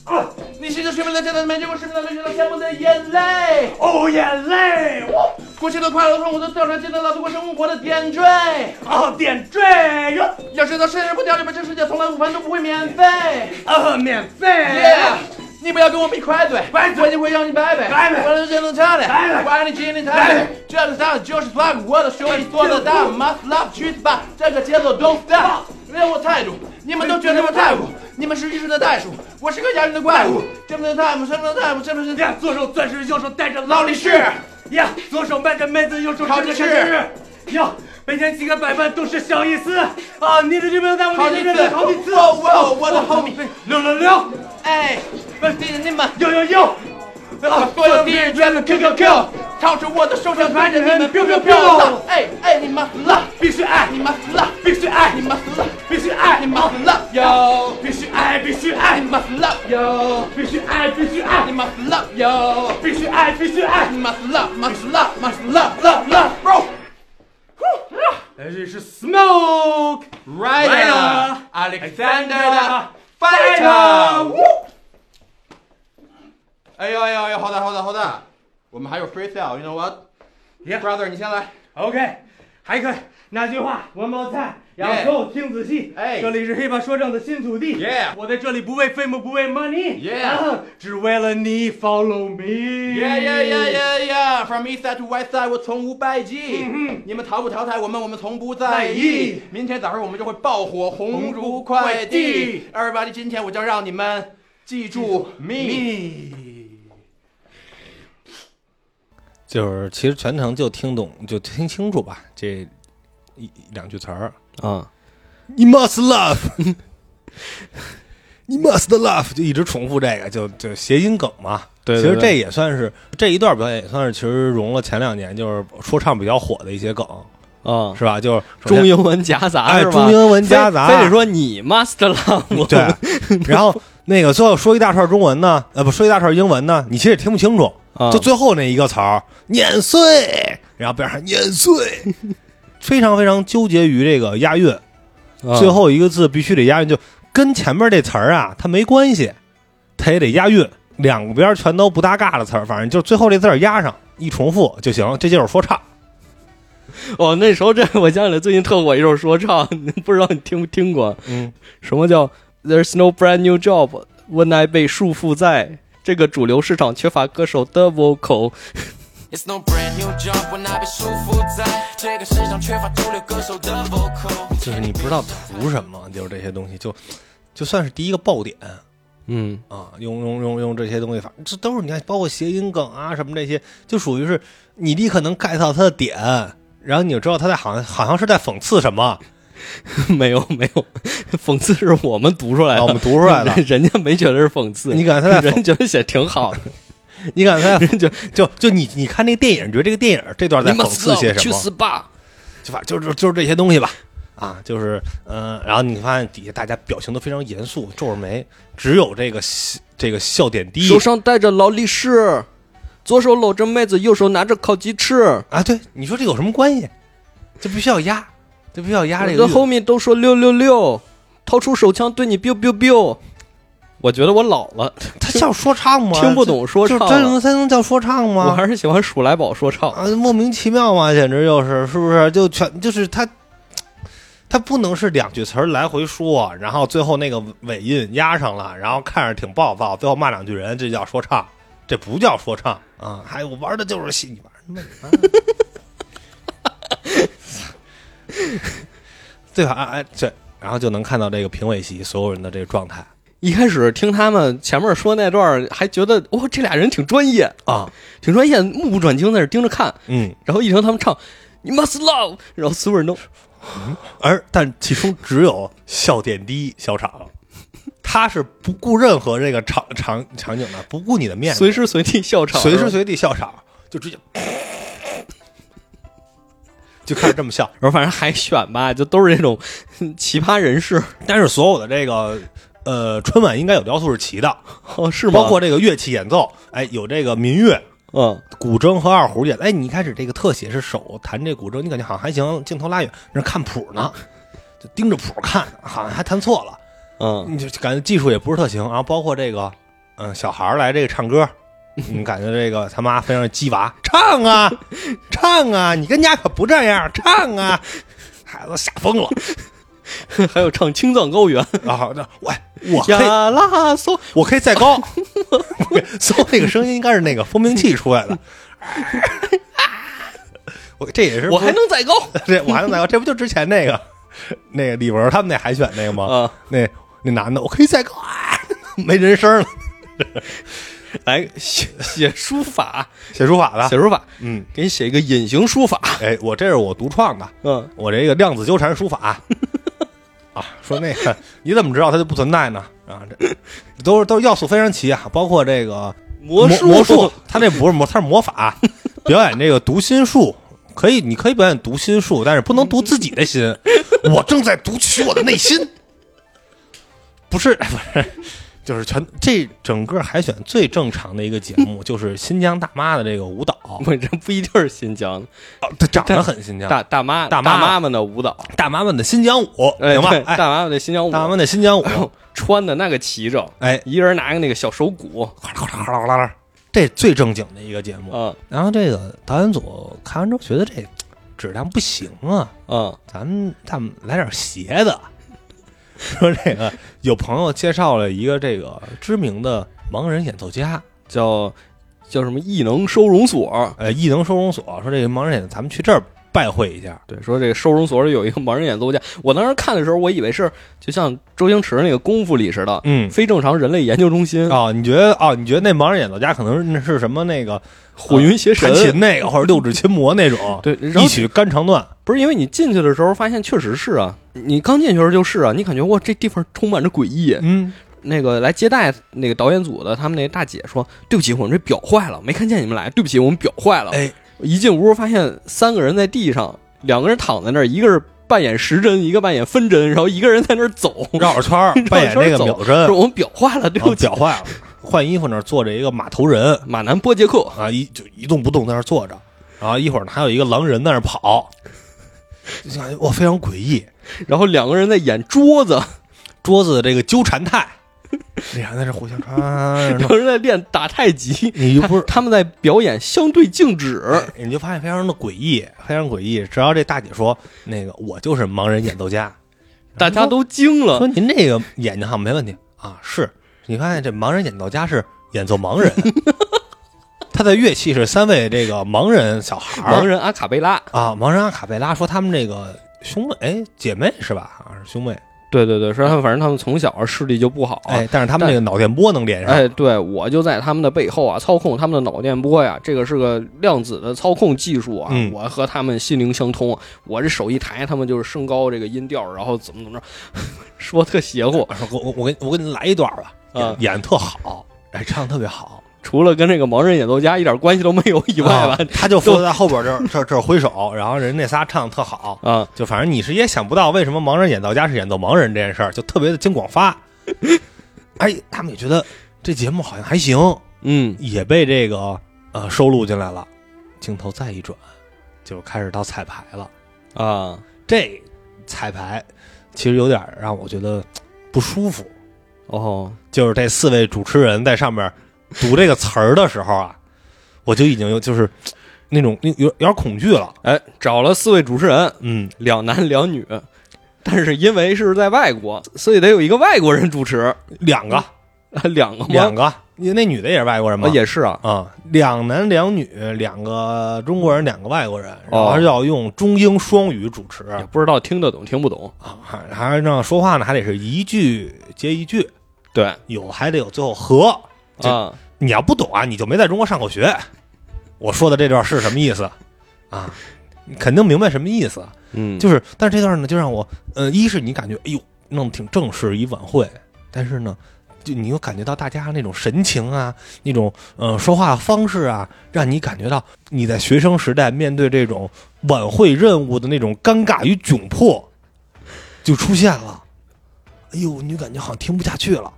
啊！你是这水面的江南美，见过水面的流水的全部的眼泪。哦，眼泪我过去的快乐痛苦都调查，见到老祖国生活的点缀。啊，点缀哟要知道，生日不掉里边，这世界从来午饭都不会免费。啊，免费。哎 Yeah，你不要跟我比快嘴，快嘴我一定会让你拜拜，拜拜我能见到他的，拜拜我爱你，亲你，他拜的拜，这样的他就是 flag，我的手里做的大，must love 去死吧，这个节奏 don't stop，没有我态度，你们都觉得我太酷，你们是艺术的袋鼠，我是个牙人的怪物，这不能太母，这不能太母，这不能太呀，左手钻石，右手戴着劳劳力力士士。呀，左手卖着妹子，右手好吃着的全是是。呀，每天几个百万都是小意思啊！你的这边大好我几你次的这边好几次。哦哦我的 homie 六六六，哎，本地的你们。呦呦呦！啊，所有敌人全都 Q Q Q，掏出我的手枪拍着你们 biu biu biu，哎哎你妈死了，必须爱你，妈死了，必须爱，你妈死了，必须爱，你妈死了哟，必须爱，必须哎爱你，妈死了哟，必须爱，必须你爱，妈死了哟，必须爱，必须爱你。妈死了，妈死了，妈死了了了，bro。哎这是 smoke。 Rider Ryder Alexander Fighter， Fighter，哎呦哎呦哎呦，hold on hold on hold on，我们还有 freestyle，you know what？Brother， Yeah 你先来。 OK，还可以。那句话，One more time，Yeah 然后听仔细。哎这里是 hiphop 说唱的新土地。 Yeah 我在这里不为 fame，不为 money。 Yeah 啊只为了你 follow me。 Yeah yeah yeah yeah yeah. From east side to west side，我从无败绩。你们淘不淘汰我们，我们从不在在意意。明天早上我们就会爆火红如快递。Everybody，今天我将让你们记住 me。 me。就是其实全程就听懂，就听清楚吧，这一一两句词儿。啊， You must love，you must love，就一直重复这个，就就谐音梗嘛。对对其实对这也算是这一段表演，也算是其实融了前两年就是说唱比较火的一些梗，啊，是吧？就是首先中英文夹杂哎是吧？中英文夹杂非非得说你 must love，嗯 对，啊然后那个最后说一大串中文呢，呃，不说一大串英文呢，你其实也听不清楚，啊就最后那一个词儿“碾碎”，然后边上“碾 碎”，非常非常纠结于这个押韵，啊最后一个字必须得押韵，就跟前面这词儿啊它没关系，它也得押韵，两边全都不搭嘎的词儿，反正就最后这字儿押上一重复就行，这就是说唱。哦，那时候这我想起来，最近特火一首说唱， 不知道你听没听过？嗯，什么叫 There's no brand new job when I 被束缚在这个主流市场缺乏歌手的 vocal。 It's no brand new job，我那被束缚在这个世上缺乏主流歌手的 vocal。就是你不知道图什么，就是这些东西，就就算是第一个爆点。嗯 啊，用用用用这些东西，反正这都是你看，包括谐音梗啊什么这些，就属于是你立刻能 get 到他的点，然后你就知道他在好像好像是在讽刺什么。没有没有，讽刺是我们读出来的，啊我们读出 来的人家没觉得是讽刺，你感觉他在讽人觉得写挺好的，你感觉他在讽 就就就你你看那电影，你觉得这个电影这段在你们讽刺些什去么？死吧！就反正就是就是这些东西吧。啊，就是嗯、呃然后你发现底下大家表情都非常严肃，皱着眉，只有这个笑这个笑点低手上戴着劳力士，左手搂着妹子，右手拿着烤鸡翅。啊。对，你说这有什么关系？这必须要压，这必须要压我这的个韵。后面都说六六六，掏出手枪对你 biu biu biu。我觉得我老了，他叫说唱吗？听不懂说唱就了这能才能叫说唱我吗？还是喜欢鼠来宝说唱。啊，莫名其妙嘛，简直就是，是不是？就全就是他，他不能是两句词儿来回说，然后最后那个尾音压上了，然后看着挺暴躁，最后骂两句人，这叫说唱，这不叫说唱啊！还、我玩的就是戏，你玩什么？你玩啊对吧？哎、哎，这然后就能看到这个评委席所有人的这个状态一开始听他们前面说那段儿，还觉得哇、这俩人挺专业，啊，挺专业，目不转睛在那儿盯着看。嗯。然后一听他们唱你 must love，然后所有人都而但其中只有笑点低笑场，他是不顾任何这个场场场景的，不顾你的面子，随时随地笑场，随时随地笑场，就直接 就开始这么笑。然后反正海选吧，就都是这种 哼奇葩人士，但是所有的这个呃春晚应该有的要素是齐的，哦，是吗？包括这个乐器演奏，哎，有这个民乐。嗯，古筝和二胡演，哎，你一开始这个特写是手弹这古筝，你感觉好像还行，镜头拉远，那是看谱呢，就盯着谱看，好像还弹错了，嗯 你就感觉技术也不是特行。然后包括这个，嗯，小孩儿来这个唱 歌，你感觉这个他妈非常鸡娃，唱啊， 唱啊，你跟家可不这样，唱啊，孩子吓疯了。， 还有唱《青藏高原》然后那喂，我可以呀啦嗦，我可以 再高，所以那个声音应该是那个蜂鸣器出来的。 我这也是我还能再高 这我还能再高，这不就之前那个那个李文他们那海选那个吗？啊！那那男的，我可以再高，啊、 没人声了，来写写书法，写书法写的。书法，嗯，给你写一个隐形书法。 哎，我这是我独创的，嗯，我这个量子纠缠书法啊，说那个你怎么知道它就不存在呢？啊，这都是都是要素非常齐啊，包括这个魔术魔术，他那不是魔，他是魔法，表演这个读心术。可以，你可以表演读心术，但是不能读自己的心。我正在读取我的内心，不是哎不是，就是全这整个海选最正常的一个节目，就是新疆大妈的这个舞蹈， 我这不一定是新疆啊它长得很新疆大大妈大妈妈妈们的舞蹈，大妈们的新疆舞，哎，行吧对？哎，大妈们的新疆舞，哎大妈们的新疆舞， 穿的那个齐整，哎，一人拿个那个小手鼓，哗啦哗啦哗啦哗啦哗啦，这最正经的一个节目。嗯然后这个导演组看完之后觉得这质量不行啊，嗯咱们咱们来点邪的。 说这个有朋友介绍了一个这个知名的盲人演奏家，叫叫什么异能收容所。呃，艺能收容所，说这个盲人演，咱们去这儿拜会一下。对，说这个收容所里有一个盲人演奏家，我当时看的时候，我以为是就像周星驰那个《功夫》里似的，嗯非正常人类研究中心，哦，你觉得哦？你觉得那盲人演奏家可能是那是什么那个呃火云邪神啊弹琴那个，或者六指琴魔那种？对然后一曲肝肠断。不是因为你进去的时候发现确实是啊，你刚进去的时候就是啊，你感觉哇这地方充满着诡异。嗯，那个来接待那个导演组的他们那大姐说：“对不起，我们这表坏了，没看见你们来，对不起，我们表坏了。”哎，一进屋发现三个人在地上，两个人躺在那儿，一个是扮演时针，一个扮演分针，然后一个人在那儿走，绕着圈啊儿扮演绕着那圈个走秒针说，我们表坏了，对然后不起。脚坏了，换衣服那儿坐着一个马头人马南波杰克，啊，一就一动不动在那儿坐着，然后一会儿呢还有一个狼人在那儿跑，就感觉哇非常诡异。然后两个人在演桌子，桌子的这个纠缠 态，俩人在这互相穿，两个人在练打太极， 你就不是他他们在表演相对静止。你就发现非常的诡异，非常诡异。只要这大姐说那个我就是盲人演奏家，大家都惊说了，您这个眼睛好像没问题啊，是你发现这盲人演奏家是演奏 盲人。他的乐器是三位这个盲人小孩儿盲人阿卡贝拉，啊，盲人阿卡贝拉说他们这个兄妹哎姐妹是吧？啊是兄妹对对对，说他们反正他们从小视力就不好，啊哎，但是他们这个脑电波能连上，哎，对我就在他们的背后啊，操控他们的脑电波呀，这个是个量子的操控技术啊，嗯我和他们心灵相通，我这手一抬，他们就是升高这个音调，然后怎么怎么着， 说特邪乎。我说我我我给我给你来一段吧，啊演演特好，哎唱特别好，除了跟这个盲人演奏家一点关系都没有以外吧啊，他就负责在后边这儿这儿这儿挥手，然后人那仨唱特好，啊，就反正你是也想不到为什么盲人演奏家是演奏盲人这件事儿，就特别的经广发。哎，他们也觉得这节目好像还行，嗯，也被这个呃收录进来了。镜头再一转，就开始到彩排了。啊，这彩排其实有点儿让我觉得不舒服，哦，就是这四位主持人在上面读这个词儿的时候啊，我就已经有就是那种那有有点恐惧了。哎，找了四位主持人，嗯，两男两女，但是因为是在外国， 所以得有一个外国人主持， 两个，啊两个吗？两个，那那女的也是外国人啊吗？也是啊，啊、两男两女，两个中国人，两个外国人，然后哦要用中英双语主持也啊，不知道听得懂听不懂。还还让说话呢，还得是一句接一句，对有还得有最后和。这啊，你要不懂啊，你就没在中国上过学。我说的这段是什么意思啊？你肯定明白什么意思，嗯，就是，但是这段呢，就让我，呃，一是你感觉，哎呦，弄得挺正式，一晚会，但是呢，就你又感觉到大家那种神情啊，那种呃说话方式啊，让你感觉到你在学生时代面对这种晚会任务的那种尴尬与窘迫，就出现了。哎呦，你感觉好像听不下去了，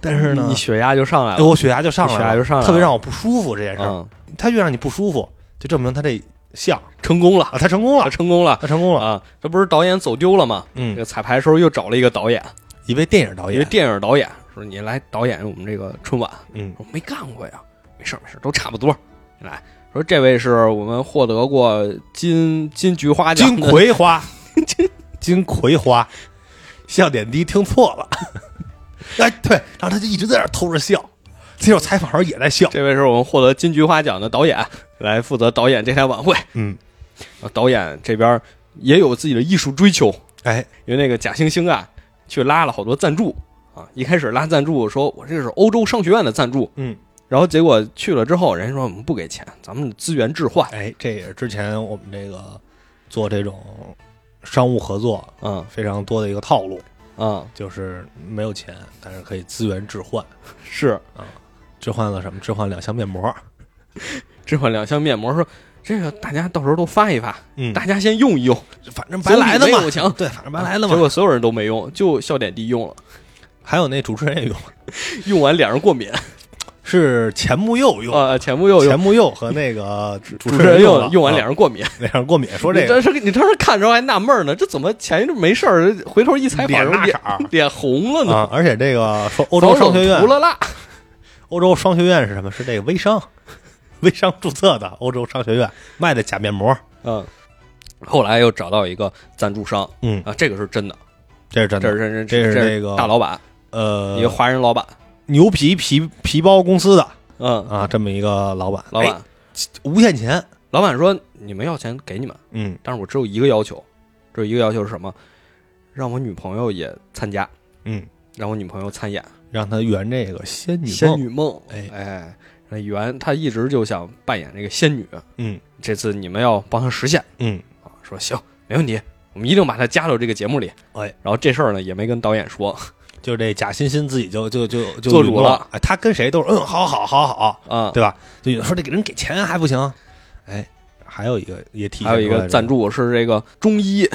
但是呢你，血压就上来哎了。我血压就上来了，血压就上来了特别让我不舒服这件事儿。嗯，他越让你不舒服，就证明他这项成功了，啊，他成功他了，成功了他成功了。啊！这不是导演走丢了吗？这嗯，个彩排时候又找了一个导演，一位电影导一个演，电影导演，说你来导演我们这个春晚。嗯我说没干过呀，没事儿没事儿，都差不多。你来说，这位是我们获得过金金菊花奖金的，葵花， 金葵花，笑点低，听错了。 哎，对，然后他就一直在那儿偷着笑，接受采访时候也在笑。这位是我们获得金菊花奖的导演，来负责导演这台晚会。嗯，啊导演这边也有自己的艺术追求，哎，因为那个贾星星啊，去拉了好多赞助啊。一开始拉赞助说，我这是欧洲商学院的赞助，嗯，然后结果去了之后，人家说我们不给钱，咱们资源置换。哎，这也是之前我们这个做这种商务合作嗯非常多的一个套路，嗯，就是没有钱，但是可以资源置换，是置换了什么？置换两箱面膜。置换两箱面膜，说这个大家到时候都发一发，嗯大家先用一用，反正白来总的比没嘛有，强对，反正白来的结嘛。果所有人都没用，就笑点低用了，啊还有那主持人也用，用完脸上过敏是钱穆佑用，啊，前不又钱用，穆佑和那个主主持持人用了用用完啊脸上过敏。脸上过敏，说你这个当时你当时看着还纳闷呢，这怎么前一阵没事儿，回头一采访脸时候蜡脸色儿脸红了呢？啊，而且这个说欧洲商学院涂，了蜡，欧洲商学院是什么？是这个微商，微商注册的欧洲商学院卖的假面膜，嗯。后来又找到一个赞助商嗯，啊，这个是真的，这是真这的，是这是是这那个大老板，呃一个，华人老板，牛皮皮皮包公司的嗯，啊，这么一个老板，老哎板，无限钱，老板说你们要钱给你们，嗯但是我只有一个要求，只有一个要求是什么？让我女朋友也参加，嗯，让我女朋友参演让他圆这个仙女仙梦，女梦。哎哎，那袁他一直就想扮演这个仙女，嗯这次你们要帮他实现嗯，啊！说行，没问题，我们一定把她加到这个节目里。哎，然后这事儿呢也没跟导演 说就这贾欣欣自己就就就就做主允诺了，哎，他跟谁都是嗯，好好好好，啊。对吧？就有的说这个人给钱啊还不行，哎，还有一个也体现还有一出来个这赞助是这个中医，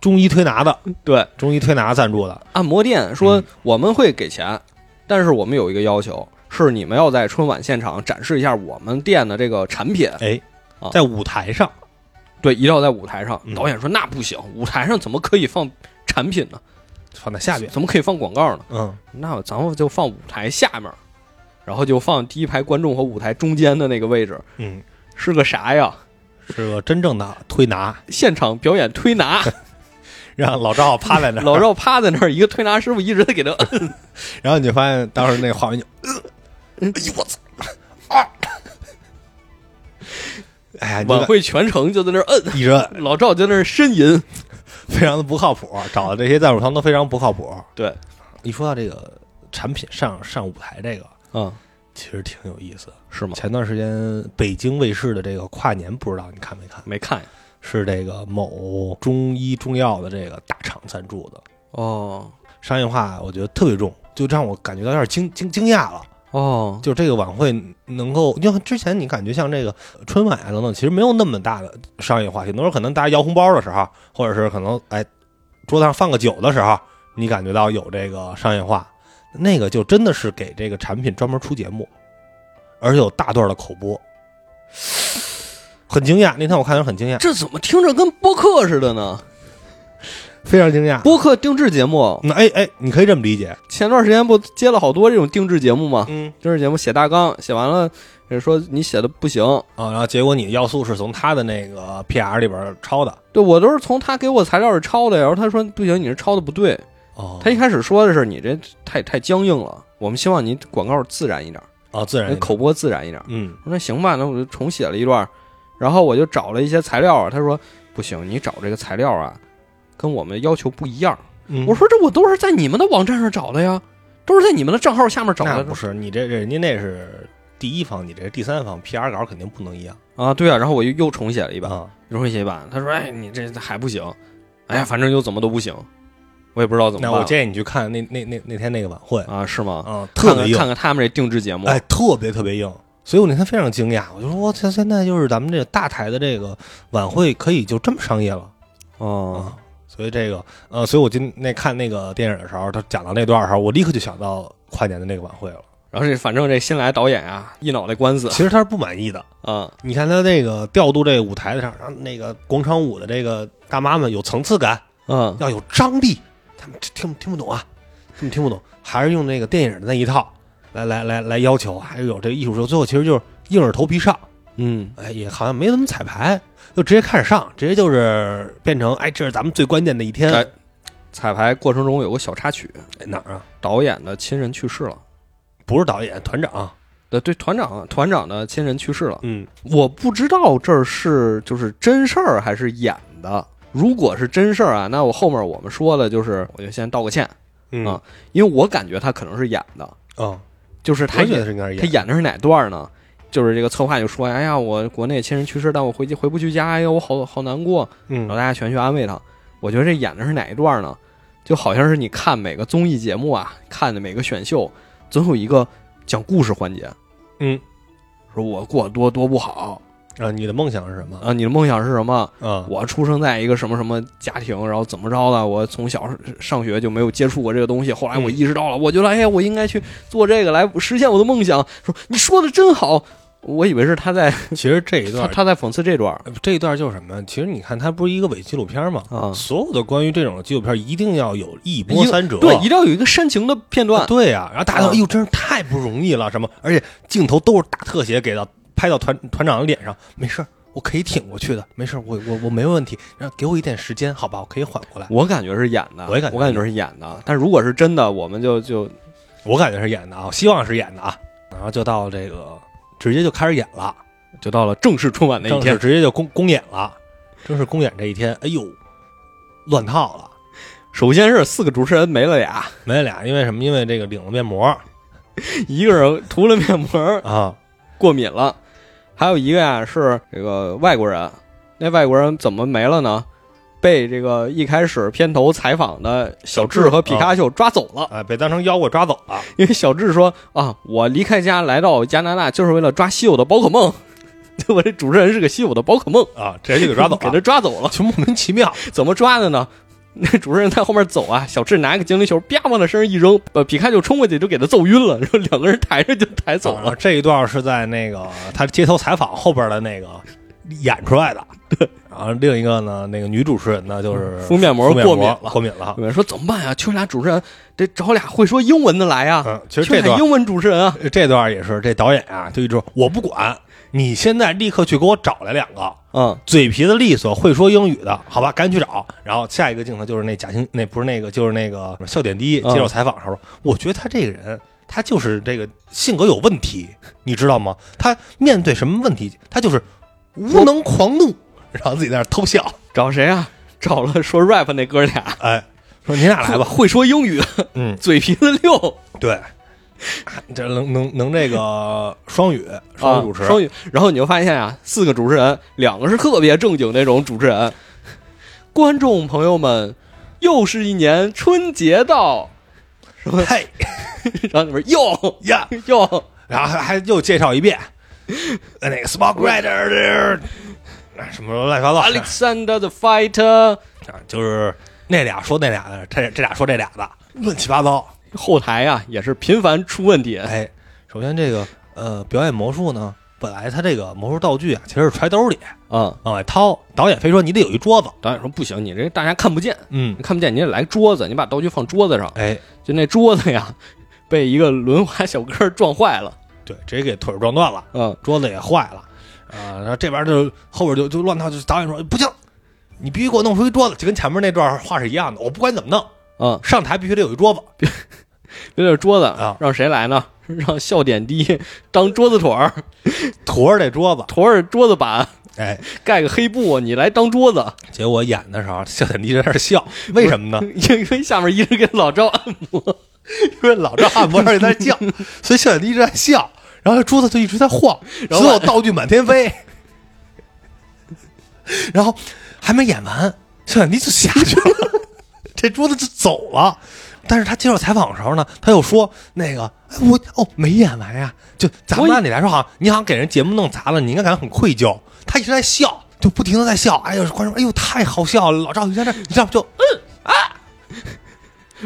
中医推拿的，对中医推拿赞助的，按摩店说嗯我们会给钱，但是我们有一个要求，是你们要在春晚现场展示一下我们店的这个产品。哎啊，在舞台上，对，一定要在舞台上。嗯导演说那不行，舞台上怎么可以放产品呢？放在下边，怎么可以放广告呢？嗯，那咱们就放舞台下面，然后就放第一排观众和舞台中间的那个位置，嗯，是个啥呀？是个真正的推拿，现场表演推 拿，让老赵趴在那儿，老，赵趴在那儿，一个推拿师傅一直在给他 摁，然后你就发现当时那个画面就，呃哎呦我操，啊， 哎呀，你就晚会全程就在那儿摁，一直摁老赵就在那儿呻 吟。非常的不靠谱，找的这些赞助商都非常不靠谱。对，一说到这个产品上上舞台这个，嗯，其实挺有意思的。是吗？前段时间北京卫视的这个跨年，不知道你看没看？没看呀。是这个某中医中药的这个大厂赞助的，哦商业化我觉得特别重，就让我感觉到有点惊惊惊讶了。哦，就这个晚会能够，呃因为之前你感觉像这个春晚啊等等，其实没有那么大的商业化，顶多是可能大家摇红包的时候，或者是可能哎桌子上放个酒的时候，你感觉到有这个商业化。那个就真的是给这个产品专门出节目，而且有大段的口播，很惊讶。那天我看的时候很惊讶，这怎么听着跟播客似的呢？非常惊讶。播客定制节目，那哎哎，你可以这么理解，前段时间不接了好多这种定制节目吗？嗯政治节目写大纲，写完了呃说你写的不行，啊，然后结果你要素是从他的那个 PR 里边抄的对我都是从他给我材料是抄的，然后他说不行，你是抄的不对。哦他一开始说的是你这太太僵硬了，我们希望你广告自然一点，啊自然那口播自然一点。嗯我说行吧，那我就重写了一段，然后我就找了一些材料啊，他说不行，你找这个材料啊，跟我们要求不一样。嗯我说这我都是在你们的网站上找的呀，都是在你们的账号下面找那的。不是你这这人家那是第一方，你这是第三方，PR 稿肯定不能一样，啊啊，对啊，然后我又又重写了一对版。吧？容易写一版。他说：“哎，你这还不行，哎呀，反正就怎么都不行。”我也不知道怎么那办。我建议你去看那那那那天那个晚会，啊，是吗？嗯特看别看硬看看他们这定制节目，哎，特别特别硬。所以我那天非常惊讶，我就说，我操，现在就是咱们这个大台的这个晚会可以就这么商业了。哦，所以这个，呃，所以我今那看那个电影的时候，他讲到那段儿的时候，我立刻就想到跨年的那个晚会了。然后这反正这新来导演啊，一脑袋官司其实他是不满意的，啊，你看他那个调度这舞台的上，然后那个广场舞的这个大妈们有层次感，嗯，要有张力，他们这听听不懂啊，他们听不懂，还是用那个电影的那一套来来来来要求，还有这个艺术说，最后其实就是硬着头皮上，嗯，哎，也好像没怎么彩排，就直接开始上，直接就是变成哎，这是咱们最关键的一天，哎彩排过程中有个小插曲，哎哪儿啊？导演的亲人去世了。不是导演，团长，对对，团长团长的亲人去世了，嗯，我不知道这是就是真事儿还是演的。如果是真事儿啊，那我后面我们说的就是，我就先道个歉，嗯啊因为我感觉他可能是演的，哦，就是我他觉得演是应该是他演，演的是哪段呢？就是这个策划就说，哎呀，我国内亲人去世，但我回去回不去家，哎呀，我好好难过。然后嗯大家全去安慰他。我觉得这演的是哪一段呢？就好像是你看每个综艺节目啊，看的每个选秀，总有一个讲故事环节。嗯，说我过得多多不好啊，你的梦想是什么？啊，你的梦想是什么？啊，我出生在一个什么什么家庭，然后怎么着的？我从小上学就没有接触过这个东西，后来我嗯意识到了，我觉得哎呀，我应该去做这个来实现我的梦想。说你说的真好，我以为是他在其实这一他段他在讽刺这段儿呃这一段就是什么？其实你看，它不是一个伪纪录片吗？啊，所有的关于这种纪录片，一定要有一波三折。对，一定要有一个煽情的片段。对呀、然后大家都啊哎呦，真是太不容易了，什么？而且镜头都是大特写，给到拍到团团长的脸上，没事儿，我可以挺过去的，没事儿，我我我没问题。然后给我一点时间，好吧，我可以缓过来。我感觉是演的，我也感觉我感觉是演的。但如果是真的，我们就就我感觉是演的啊，希望是演的啊。然后就到这个，直接就开始演了，就到了正式春晚那一正式天，直接就公公演了，正式公演这一天，哎呦，乱套了。首先是四个主持人没了俩，没俩，因为什么？因为这个领了面膜一个人涂了面膜啊，过敏了，还有一个呀、是这个外国人。那外国人怎么没了呢？被这个一开始片头采访的小小智智和皮卡丘抓走了，啊，被当成妖怪抓走了。因为小智说啊，我离开家来到加拿大就是为了抓稀有的宝可梦， 就我这主持人是个稀有的宝可梦，啊，直接就给抓走给他了，抓走了。就莫名其妙。怎么抓的呢？那主持人在后面走啊，小智拿一个精灵球，啪往他身上一扔，把皮卡丘冲过去就给他揍晕了，然后两个人抬着就抬走然后了。啊这一段是在那个他街头采访后边的那个演出来的。然后另一个呢，那个女主持人呢，就是嗯敷面膜过过敏了过敏了有。人说怎么办呀？缺俩主持人，得找俩会说英文的来呀。嗯其实缺这俩段英文主持人啊，这段也是这导演啊，就一直说我不管，你现在立刻去给我找来两个嗯，嘴皮子利索、会说英语的，好吧，赶紧去找。然后下一个镜头就是那贾青，那不是那个，就是那个什么笑点低嗯接受采访的时候，我觉得他这个人，他就是这个性格有问题，你知道吗？他面对什么问题，他就是无能狂怒，然后自己在那儿 偷笑。找谁啊？找了说 rap 那哥俩，哎，说你俩来吧，会说英语，嗯，嘴皮子溜，对，啊这能能能这个双语双啊语主持，双语。然后你就发现啊，四个主持人，两个是特别正经那种主持人。观众朋友们，又是一年春节到，嘿然后里面又呀，又然后还还又介绍一遍，呃那个 Smoke Rider 啊什么乱七八糟。 Alexander the Fighter 啊，就是那俩说那俩的，这这俩说这俩的，乱七八糟。后台啊也是频繁出问题，哎，首先这个呃，表演魔术呢，本来他这个魔术道具啊，其实是揣兜里嗯，往外掏。导演非说你得有一桌子，导演说不行，你这大家看不见，嗯你，看不见，你得来桌子，你把道具放桌子上，哎，就那桌子呀 被一个轮滑小哥儿撞坏了，对，直接给腿儿撞断了，嗯，桌子也坏了啊。然后这边就后边就就乱套，就导演说不行，你必须给我弄出一桌子，就跟前面那段话是一样的，我不管你怎么弄，嗯，上台必须得有一桌子。有点桌子啊让谁来呢？ 让笑点低当桌子腿儿， 驮着这桌子，腿儿桌子板，哎，盖个黑布，你来当桌子，结果演的时候，笑点低在那儿笑，为什么呢？ 因为下面一直给老赵按摩，因为老丈人按摩师在那 叫，所以笑点低一直在笑，然后桌子就一直在晃，然后所有道具满天飞，然后还没演完，笑点低就下去了。 这桌子就走了。但是他接受采访的时候呢，他又说那个，哎，我哦没演完呀，就咱们按理来说，好像你好像给人节目弄砸了，你应该感觉很愧疚。他一直在笑，就不停的在笑。哎呦，观众，哎呦，太好笑了！老赵，你看这，你知道就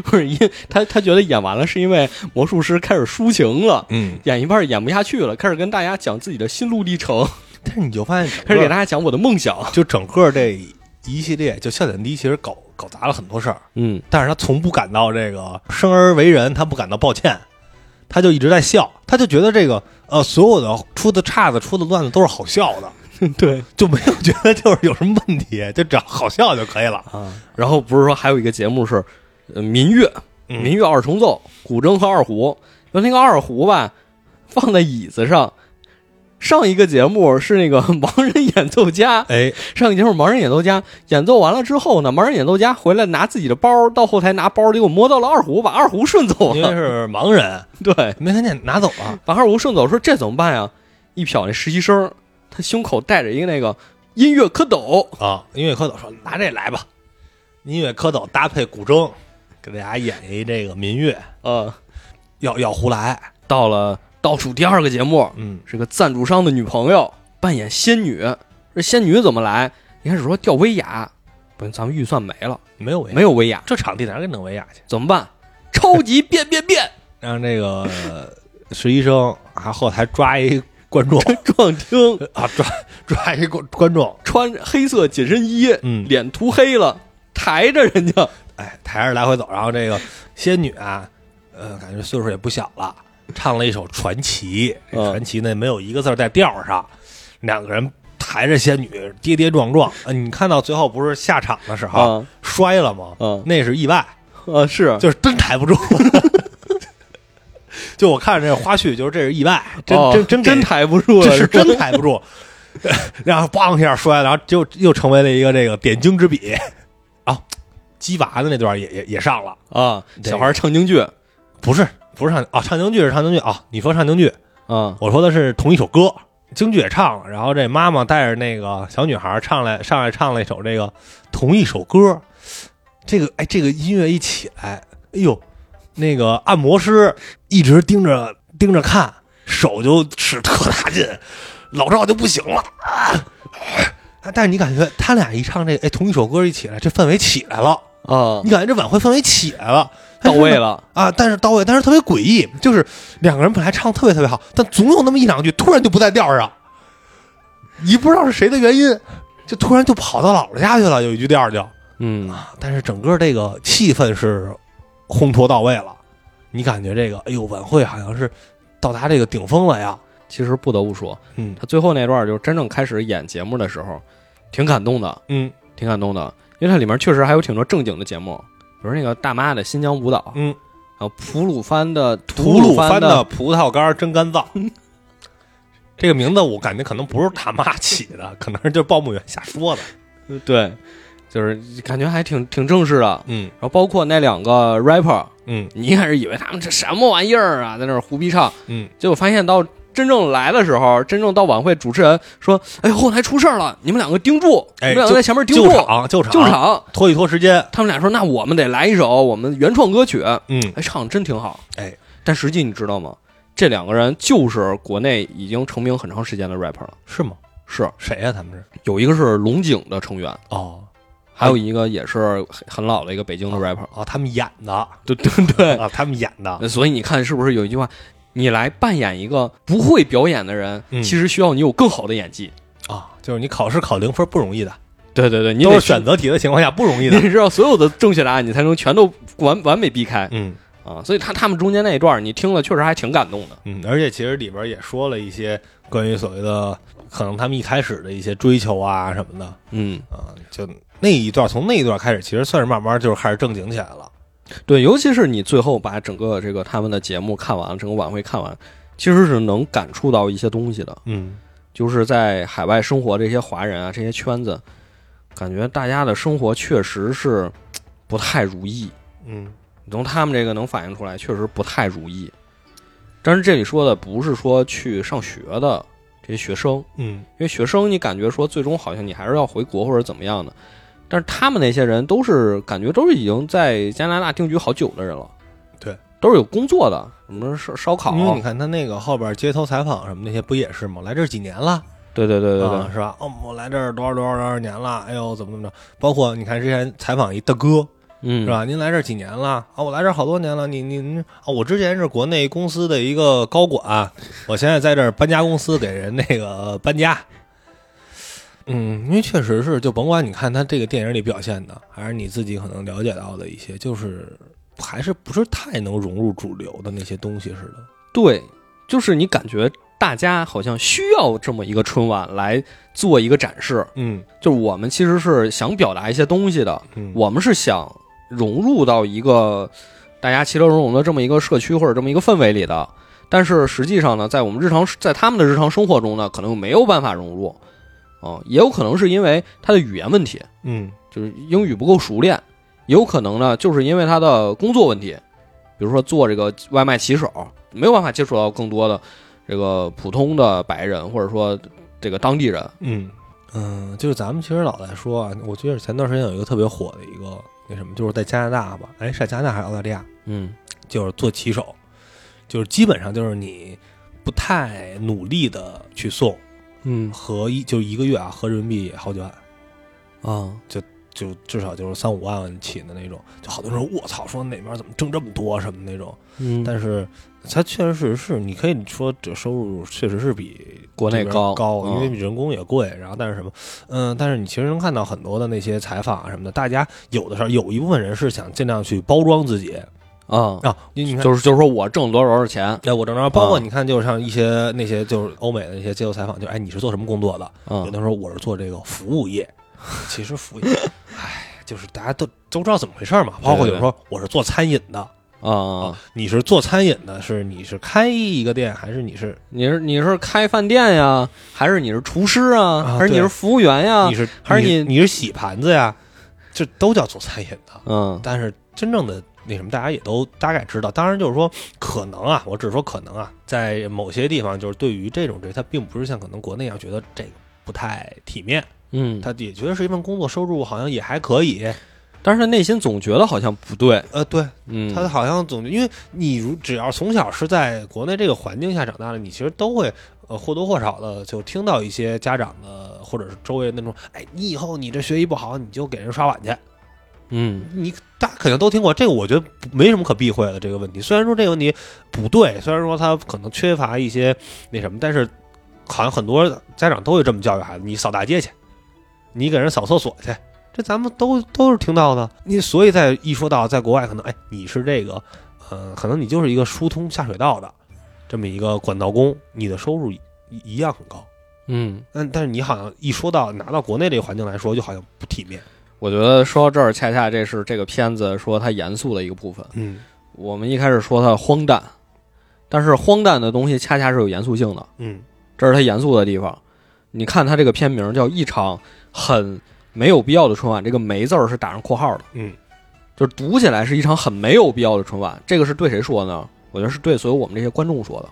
不是因 他他觉得演完了，是因为魔术师开始抒情了，嗯，演一半演不下去了，开始跟大家讲自己的心路历程，但是你就发现整个，开始给大家讲我的梦想。就整个这一系列，就笑点低，其实搞搞砸了很多事儿。嗯， 但是他从不感到这个生而为人，他不感到抱歉，他就一直在笑，他就觉得这个呃，所有的出的岔子、出的乱子都是好笑的，对就没有觉得就是有什么问题，就只要好笑就可以了。啊。然后不是说还有一个节目是，呃，民乐，嗯民乐二重奏，古筝和二胡。就那个二胡吧，放在椅子上。上一个节目是那个 盲人演奏家，哎，上一个节目盲人演奏家演奏完了之后呢，盲人演奏家回来拿自己的包到后台拿包，结果摸到了二胡，把二胡顺走因为了。是盲人， 对，没看见拿走了。把二胡顺走，说这怎么办呀？一瞟那实习生，他胸口带着一个那个音乐蝌蚪，啊，音乐蝌蚪说拿这来吧，音乐蝌蚪搭配古筝，给大家演一这个民乐，呃，要要胡来，到了倒数第二个节目，嗯，是个赞助商的女朋友扮演仙女，这仙女怎么来？一开始说吊威亚，不行，咱们预算没了，没有维亚没有威亚，这场地哪给弄维亚去？怎么办？超级变变变，让这个呃实习生还后台抓一观众壮丁啊，抓抓一观观众，穿黑色紧身衣，嗯脸涂黑了，抬着人家，哎，抬着来回走，然后这个仙女啊，呃，感觉岁数也不小了，唱了一首《传奇》，嗯传奇呢没有一个字儿在调上，两个人抬着仙女跌跌撞撞，呃，你看到最后不是下场的时候、啊摔了吗？嗯那是意外，呃，是，就是真抬不住。 就我看着这花絮，就是这是意外，真、哦真真真给抬不住这了，是吧真抬不住， 然后梆一下摔，然后就又成为了一个这个点睛之笔。啊，鸡娃的那段也也也上了，啊，这小孩唱京剧不是不是唱啊，唱京剧是唱京剧啊，你说唱京剧，啊，我说的是同一首歌，京剧也唱了，然后这妈妈带着那个小女孩唱来上来唱了一首这个同一首歌，这个哎这个音乐一起来，哎呦，那个按摩师一直盯着盯着看，手就使特大劲，老赵就不行了。啊但是你感觉他俩一唱这哎同一首歌一起来，这氛围起来了，啊你，感觉这晚会氛围起来了，到位了。 了，啊，但是到位，但是特别诡异，就是两个人本来唱得特别特别好，但总有那么一两句突然就不在调上，你不知道是谁的原因，就突然就跑到姥姥家去了，有一句调儿就，嗯，但是整个这个气氛是烘托到位了，你感觉这个，哎呦，晚会好像是到达这个顶峰了呀，其实不得不说，嗯他最后那段就是真正开始演节目的时候，挺感动的，嗯挺感动的，因为它里面确实还有挺多正经的节目，比如那个大妈的新疆舞蹈，嗯，还有吐鲁番的吐鲁鲁番的的葡萄干真干 燥。这个名字我感觉可能不是他妈起的，可能就是报幕员瞎说的。对，就是感觉还挺挺正式的。嗯然后包括那两个 rapper，嗯你一开始以为他们这什么玩意儿啊，在那儿胡逼唱，嗯，结果发现到真正来的时候，真正到晚会，主持人说：“哎呦，后台出事儿了，你们两个盯住，哎你们两个就在前面盯救住，场救场救场。拖一拖时间，”他们俩说：“那我们得来一首我们原创歌曲。”啊嗯，哎，唱得真挺好。哎，但实际你知道吗？这两个人就是国内已经成名很长时间的 rapper 了，是吗？是谁呀、他们是？有一个是龙井的成员，哦还有一个也是很很老的一个北京的 rapper。哦，他们演的啊，对对对，他们演的。所以你看是不是有一句话？你来扮演一个不会表演的人，嗯其实需要你有更好的演技。啊，就是你考试考零分不容易的，对对对，你都得是选，择题的情况下不容易 你的得。知道所有的正确答案，你才能全都完完美避开 嗯啊。所以他他们中间那一段，你听了确实还挺感动的。嗯，而且其实里边也说了一些关于所谓的可能他们一开始的一些追求啊什么的嗯，啊，就那一段从那一段开始，其实算是慢慢就是开始正经起来了。对，尤其是你最后把整个这个他们的节目看完，整个晚会看完，其实是能感触到一些东西的。嗯就是在海外生活这些华人啊，这些圈子，感觉大家的生活确实是嘖不太如意。嗯你从他们这个能反映出来，确实不太如意。但是这里说的不是说去上学的这些学生，嗯因为学生你感觉说最终好像你还是要回国或者怎么样的，但是他们那些人都是感觉都是已经在加拿大定居好久的人了，对，都是有工作的，什么烧烧烤，啊因为你看他那个后边街头采访什么那些不也是吗？来这儿几年了，对对对对对，啊，是吧？哦，我来这儿多少多少多少年了，哎呦，怎么怎么着？包括你看之前采访一大哥，嗯，是？吧？您来这儿几年了？啊，我来这儿好多年了。你你您啊，我之前是国内公司的一个高管，我现在在这儿搬家公司给人那个搬家。嗯，因为确实是，就甭管你看他这个电影里表现的，还是你自己可能了解到的一些，就是还是不是太能融入主流的那些东西似的。对，就是你感觉大家好像需要这么一个春晚来做一个展示，嗯就是我们其实是想表达一些东西的，嗯，我们是想融入到一个大家其乐融融的这么一个社区或者这么一个氛围里的。但是实际上呢，在我们日常在他们的日常生活中呢，可能没有办法融入，啊、也有可能是因为他的语言问题，嗯就是英语不够熟练，也有可能呢，就是因为他的工作问题，比如说做这个外卖骑手，没有办法接触到更多的这个普通的白人或者说这个当地人。嗯嗯，就是咱们其实老在说啊，我记得前段时间有一个特别火的一个那什么，就是在加拿大吧，哎，是在加拿大还是澳大利亚？嗯就是做骑手，就是基本上就是你不太努力的去送，嗯合一就一个月啊，合人民币好几万，啊，就至少就是三五万起的那种。就好多人说我操，说哪边怎么挣这么多什么那种，嗯但是它确实是，你可以说这收入确实是比国内这边高高，因嗯为人工也贵。然后但是什么，嗯，但是你其实能看到很多的那些采访啊什么的，大家有的时候有一部分人是想尽量去包装自己啊，啊，你你看就是就是说我挣多少多少钱哎，我正常，包括啊你看，就是像一些那些就是欧美的那些街头采访，就哎，你是做什么工作的？啊有的时候我是做这个服务业，其实服务 业，哎，就是大家都都知道怎么回事嘛。包括有时候我是做餐饮的啊，，你是做餐饮的，是你是开一个店，还是你是你是你是开饭店呀，还是你是厨师啊，啊还是你是对服务员呀你？是啊还是你你是洗盘子呀？这都叫做餐饮的。嗯但是真正的那什么，大家也都大概知道。当然就是说，可能啊，我只是说可能啊，在某些地方，就是对于这种这，他并不是像可能国内一样觉得这个不太体面，嗯，他也觉得是一份工作，收入好像也还可以。但是内心总觉得好像不对，呃，对，嗯，他好像总因为你如只要从小是在国内这个环境下长大的，你其实都会呃或多或少的就听到一些家长的或者是周围的那种，哎，你以后你这学习不好，你就给人刷碗去。嗯你大家肯定都听过这个，我觉得没什么可避讳的这个问题。虽然说这个问题不对，虽然说他可能缺乏一些那什么，但是好像很多家长都会这么教育孩子：你扫大街去，你给人扫厕所去，这咱们都都是听到的。你所以在一说到在国外，可能哎你是这个，呃，可能你就是一个疏通下水道的这么一个管道工，你的收入一一样很高。嗯。但但是你好像一说到拿到国内这个环境来说，就好像不体面。我觉得说到这儿，恰恰这是这个片子说它严肃的一个部分。嗯我们一开始说它荒诞，但是荒诞的东西恰恰是有严肃性的，嗯这是它严肃的地方。你看它这个片名叫《一场很没有必要的春晚》，这个“没”字儿是打上括号的，嗯，就是读起来是一场很没有必要的春晚。这个是对谁说呢？我觉得是对所有我们这些观众说的。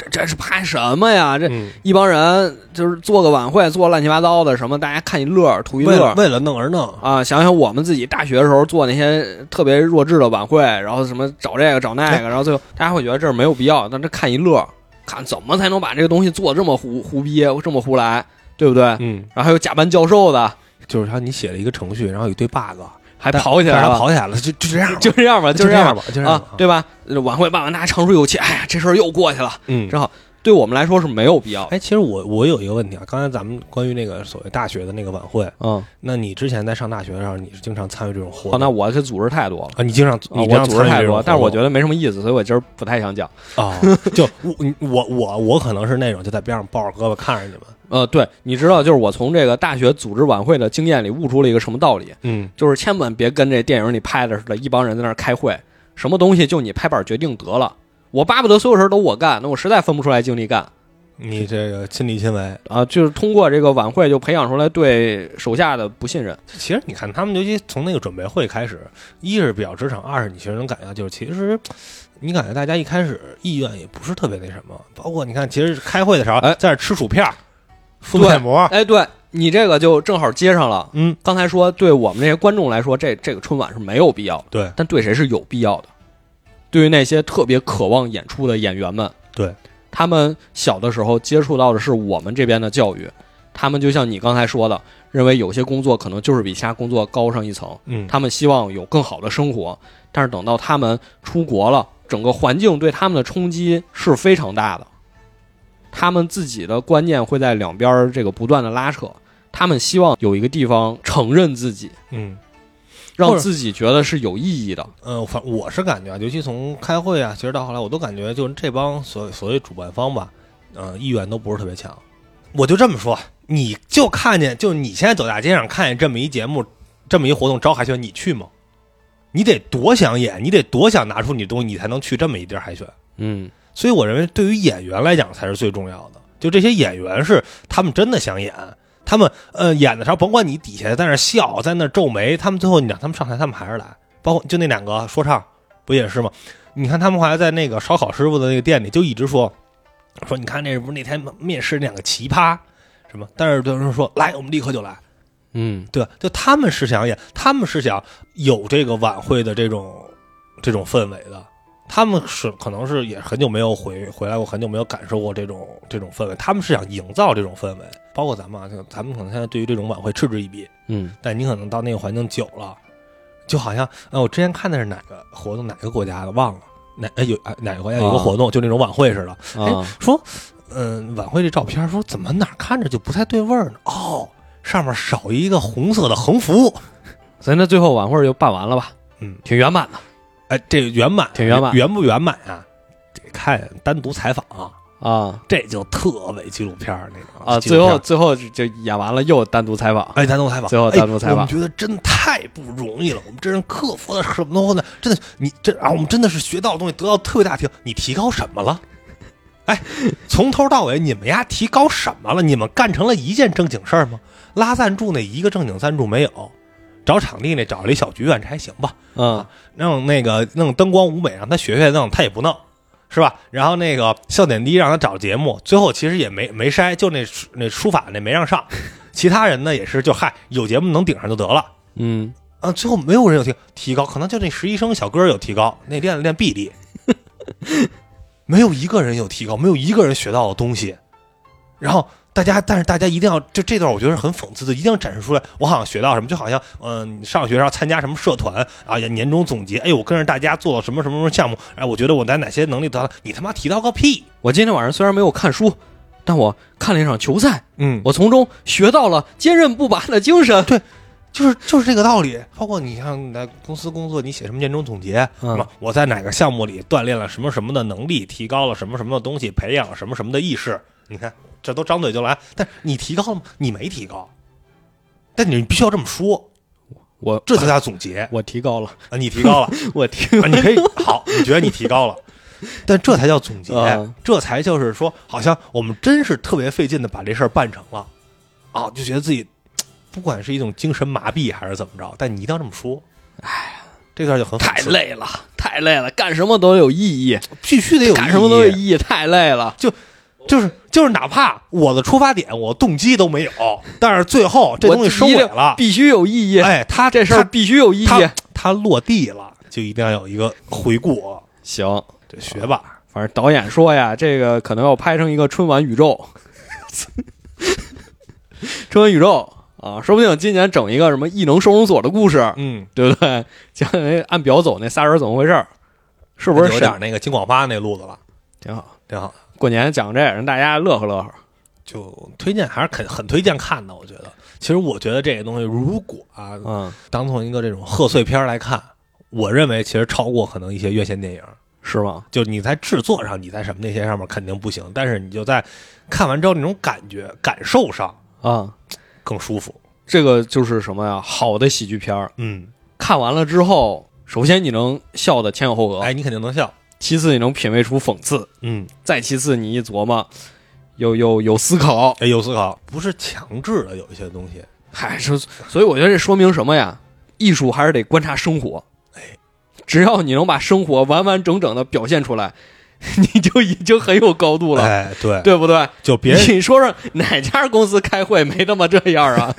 这这是拍什么呀？这嗯。一帮人就是做个晚会，做乱七八糟的什么，大家看一乐儿，图一乐为儿了。为了弄而弄，啊，想想我们自己大学的时候做那些特别弱智的晚会，然后什么找这个找哎那个，然后最后大家会觉得这儿没有必要，但这看一乐，看怎么才能把这个东西做得这么胡胡逼，这么胡来，对不对？嗯，然后还有假扮教授的，就是他你写了一个程序，然后有一堆 bug，还但跑起来但是了，他跑起来了，就就这样吧，就这样吧，就这样吧，吧，就这样啊吧，，对吧？晚会办完，大家长舒一口气，哎呀，这事儿又过去了，嗯这。对我们来说是没有必要的。哎，其实我我有一个问题啊，刚才咱们关于那个所谓大学的那个晚会，嗯，那你之前在上大学的时候，你是经常参与这种哦，活动？那我这组织太多了。啊，你经常啊你经我常组织参太与这多种活了，动但是我觉得没什么意思，所以我今儿不太想讲。啊， 就我我我我可能是那种就在边上抱着胳膊看着你们，呃，对，你知道，就是我从这个大学组织晚会的经验里悟出了一个什么道理，嗯就是千万别跟这电影里拍的似的，一帮人在那儿开会，什么东西就你拍板决定得了。我巴不得所有事儿都我干，那我实在分不出来精力干你这个亲力亲为。啊！就是通过这个晚会就培养出来对手下的不信任。其实你看他们，尤其从那个准备会开始，一是表职场，二是你其实能感觉到，就是其实你感觉大家一开始意愿也不是特别那什么，包括你看，其实开会的时候哎在这吃薯片儿、敷面膜，哎，对，你这个就正好接上了。啊嗯，刚才说对我们这些观众来说，这这个春晚是没有必要的，对但对谁是有必要的？对于那些特别渴望演出的演员们，对，他们小的时候接触到的是我们这边的教育，他们就像你刚才说的，认为有些工作可能就是比其他工作高上一层，嗯，他们希望有更好的生活，但是等到他们出国了，整个环境对他们的冲击是非常大的，他们自己的观念会在两边儿这个不断的拉扯，他们希望有一个地方承认自己，嗯。或让者自己觉得是有意义的。呃，反我是感觉啊，尤其从开会啊，其实到后来，我都感觉就是这帮所所谓主办方吧，呃，意愿都不是特别强。我就这么说，你就看见，就你现在走大街上看见这么一节目，这么一活动招海选，你去吗？你得多想演，你得多想拿出你的东西，你才能去这么一地儿海选。嗯，所以我认为，对于演员来讲才是最重要的。就这些演员是他们真的想演，他们呃演的时候，甭管你底下在那笑，在那皱眉，他们最后你让他们上台，他们还是来。包括就那两个说唱，不也是吗？你看他们后来在那个烧烤师傅的那个店里就一直说，说你看那不是那天面试那两个奇葩什么？但是都是说来，我们立刻就来。 嗯，对，就他们是想演，他们是想有这个晚会的这种这种氛围的。他们是可能是也很久没有回回来过，很久没有感受过这种这种氛围。他们是想营造这种氛围，包括咱们啊，就咱们可能现在对于这种晚会嗤之以鼻，嗯，但你可能到那个环境久了，就好像呃，我之前看的是哪个活动，哪个国家的忘了，哪哎有哎哪个国家有个啊活动，就那种晚会似的，啊，说，嗯、晚会这照片说怎么哪儿看着就不太对味儿呢？哦，上面少一个红色的横幅，所以那最后晚会就办完了吧？嗯，挺圆满的哎，这圆满挺圆满圆不圆满啊？得看单独采访啊、啊这就特伪纪录片儿那种啊！纪录最片后儿最后就演完了，又单独采访。哎，单独采访，最后哎单独采访我们觉得真太不容易了。我们真是克服了什么东西呢？真的，你这啊，我们真的是学到的东西得到特别大提高。你提高什么了？哎，从头到尾你们呀提高什么了？你们干成了一件正经事儿吗？拉赞助那一个正经赞助没有，找场地那找了一小剧院，这还行吧？嗯弄那个弄灯光舞美，让他学学弄，他也不弄，是吧？然后那个笑点低，让他找节目，最后其实也没没筛，就那书那书法那没让上，其他人呢也是就嗨，有节目能顶上就得了。嗯，啊，最后没有人有提提高，可能就那实习生小哥有提高，那练了练臂力，没有一个人有提高，没有一个人学到的东西。然后大家，但是大家一定要就这段，我觉得是很讽刺的，一定要展示出来。我好像学到什么，就好像嗯、你上学然后参加什么社团啊，也年终总结，哎，我跟着大家做了什么什么什么项目，哎，我觉得我在哪些能力得到，你他妈提到个屁！我今天晚上虽然没有看书，但我看了一场球赛，嗯，我从中学到了坚韧不拔的精神。就是就是这个道理。包括你像你在公司工作，你写什么年终总结，嗯什么我在哪个项目里锻炼了什么什么的能力，提高了什么什么的东西，培养了什么什么的意识。你看，这都张嘴就来，但你提高了吗？你没提高，但你必须要这么说，我这才叫总结我提高了，啊！你提高了， 我提 啊，你可以好，你觉得你提高了，但这才叫总结，嗯这才就是说，好像我们真是特别费劲的把这事儿办成了，啊，就觉得自己不管是一种精神麻痹还是怎么着，但你一定要这么说，哎，这段就很讽太刺，累了，太累了，干什么都有意义，必须得有干什么都有义，意义，太累了。就是就是哪怕我的出发点我动机都没有，但是最后这东西收尾我了，必须有意义。哎，他这事儿必须有意义。他他他落地了，就一定要有一个回顾，行，这学霸。反正导演说呀，这个可能要拍成一个春晚宇宙， 春晚宇宙啊，说不定今年整一个什么异能收容所的故事，嗯，对不对？讲那按表走那仨人怎么回事儿，是不是有沈？点那个金广发那路子了？挺好，挺好。过年讲这，让大家乐呵乐呵。就推荐还是很很推荐看的，我觉得。其实我觉得这个东西，如果啊，嗯，当从一个这种贺岁片儿来看，我认为其实超过可能一些院线电影。是吗？就你在制作上，你在什么那些上面肯定不行，但是你就在看完之后那种感觉、感受上啊、嗯更舒服。这个就是什么呀？好的喜剧片儿，嗯，看完了之后，首先你能笑得前有后额，哎，你肯定能笑。其次你能品味出讽刺，嗯，再其次你一琢磨，有有有思考，哎，有思考，不是强制的，有一些东西。嗨，哎所所以我觉得这说明什么呀？艺术还是得观察生活。哎，只要你能把生活完完整整的表现出来， 你就已经很有高度了，哎，对，对不对？就别人你说说哪家公司开会没他妈这样 啊？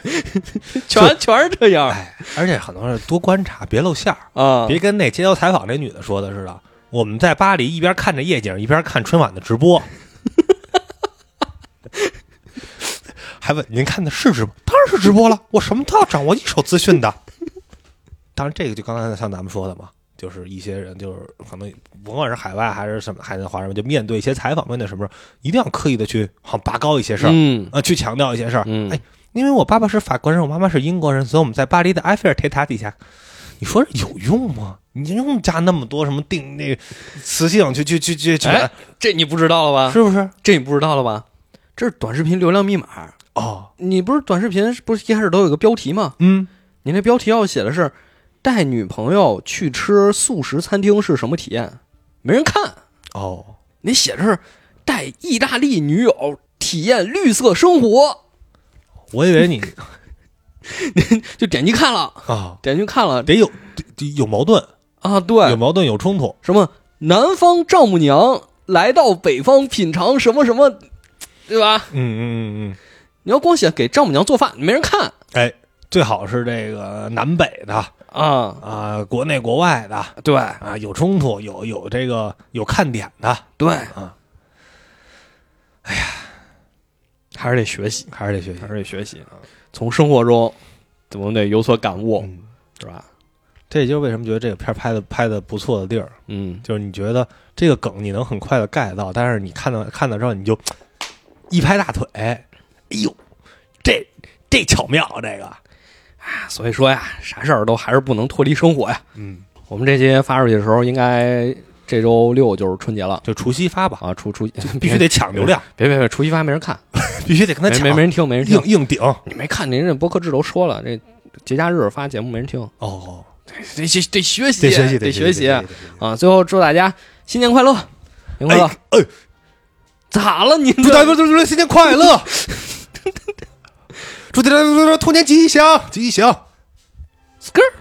全全是这样哎，而且很多人多观察，别露馅儿，啊！别跟那街头采访那女的说的似的。我们在巴黎一边看着夜景，一边看春晚的直播， 还问您看的是直播？当然是直播了，我什么都要掌握一手资讯的。 当然，这个就刚才像咱们说的嘛，就是一些人就是可能甭管是海外还是什么海内华人，就面对一些采访，面对什么时候，一定要刻意的去好像拔高一些事儿，嗯啊，去强调一些事儿。嗯哎，因为我爸爸是法国人，我妈妈是英国人，所以我们在巴黎的埃菲尔铁塔底下。你说这有用吗？你用加那么多什么定那个词性去去去去去，哎，这你不知道了吧？是不是？这你不知道了吧？这是短视频流量密码。哦，你不是短视频不是一开始都有个标题吗？嗯，你那标题要写的是“带女朋友去吃素食餐厅是什么体验”，没人看。哦，你写的是“带意大利女友体验绿色生活我以为你”，就点击看了， 啊，点进去看了得有得得有矛盾，啊，对有，矛盾有冲突，什么南方丈母娘来到北方品尝什么什么，对吧？嗯嗯嗯嗯，你要光写给丈母娘做饭，没人看哎，最好是这个南北的啊。啊，国内国外的对啊，有冲突，有有这个有看点的，对啊，哎呀，还是得学习，还是得学习还。是得学习，从生活中怎么得有所感悟，嗯是吧？这也就是为什么觉得这个片儿拍的拍的不错的地儿，嗯，就是你觉得这个梗你能很快的 get 到，但是你看到看到之后你就一拍大腿，哎呦，这这巧妙啊这个，啊所以说呀，啥事儿都还是不能脱离生活呀。嗯，我们这些发出去的时候，应该这周六就是春节了就除夕发吧，啊，初 初必须得抢流量，别别别，除夕发没人看，必须得跟他没抢，没没人听，没人听硬。硬顶。哦你没看您这博客志都说了，这节假日发节目没人听，哦，得学得学习得学习，得学习啊！最后祝大家新年快乐，新年快哎乐！哎，咋了您这？祝大家祝大家新年 快乐，祝大家祝大家兔年吉祥吉祥。 s k r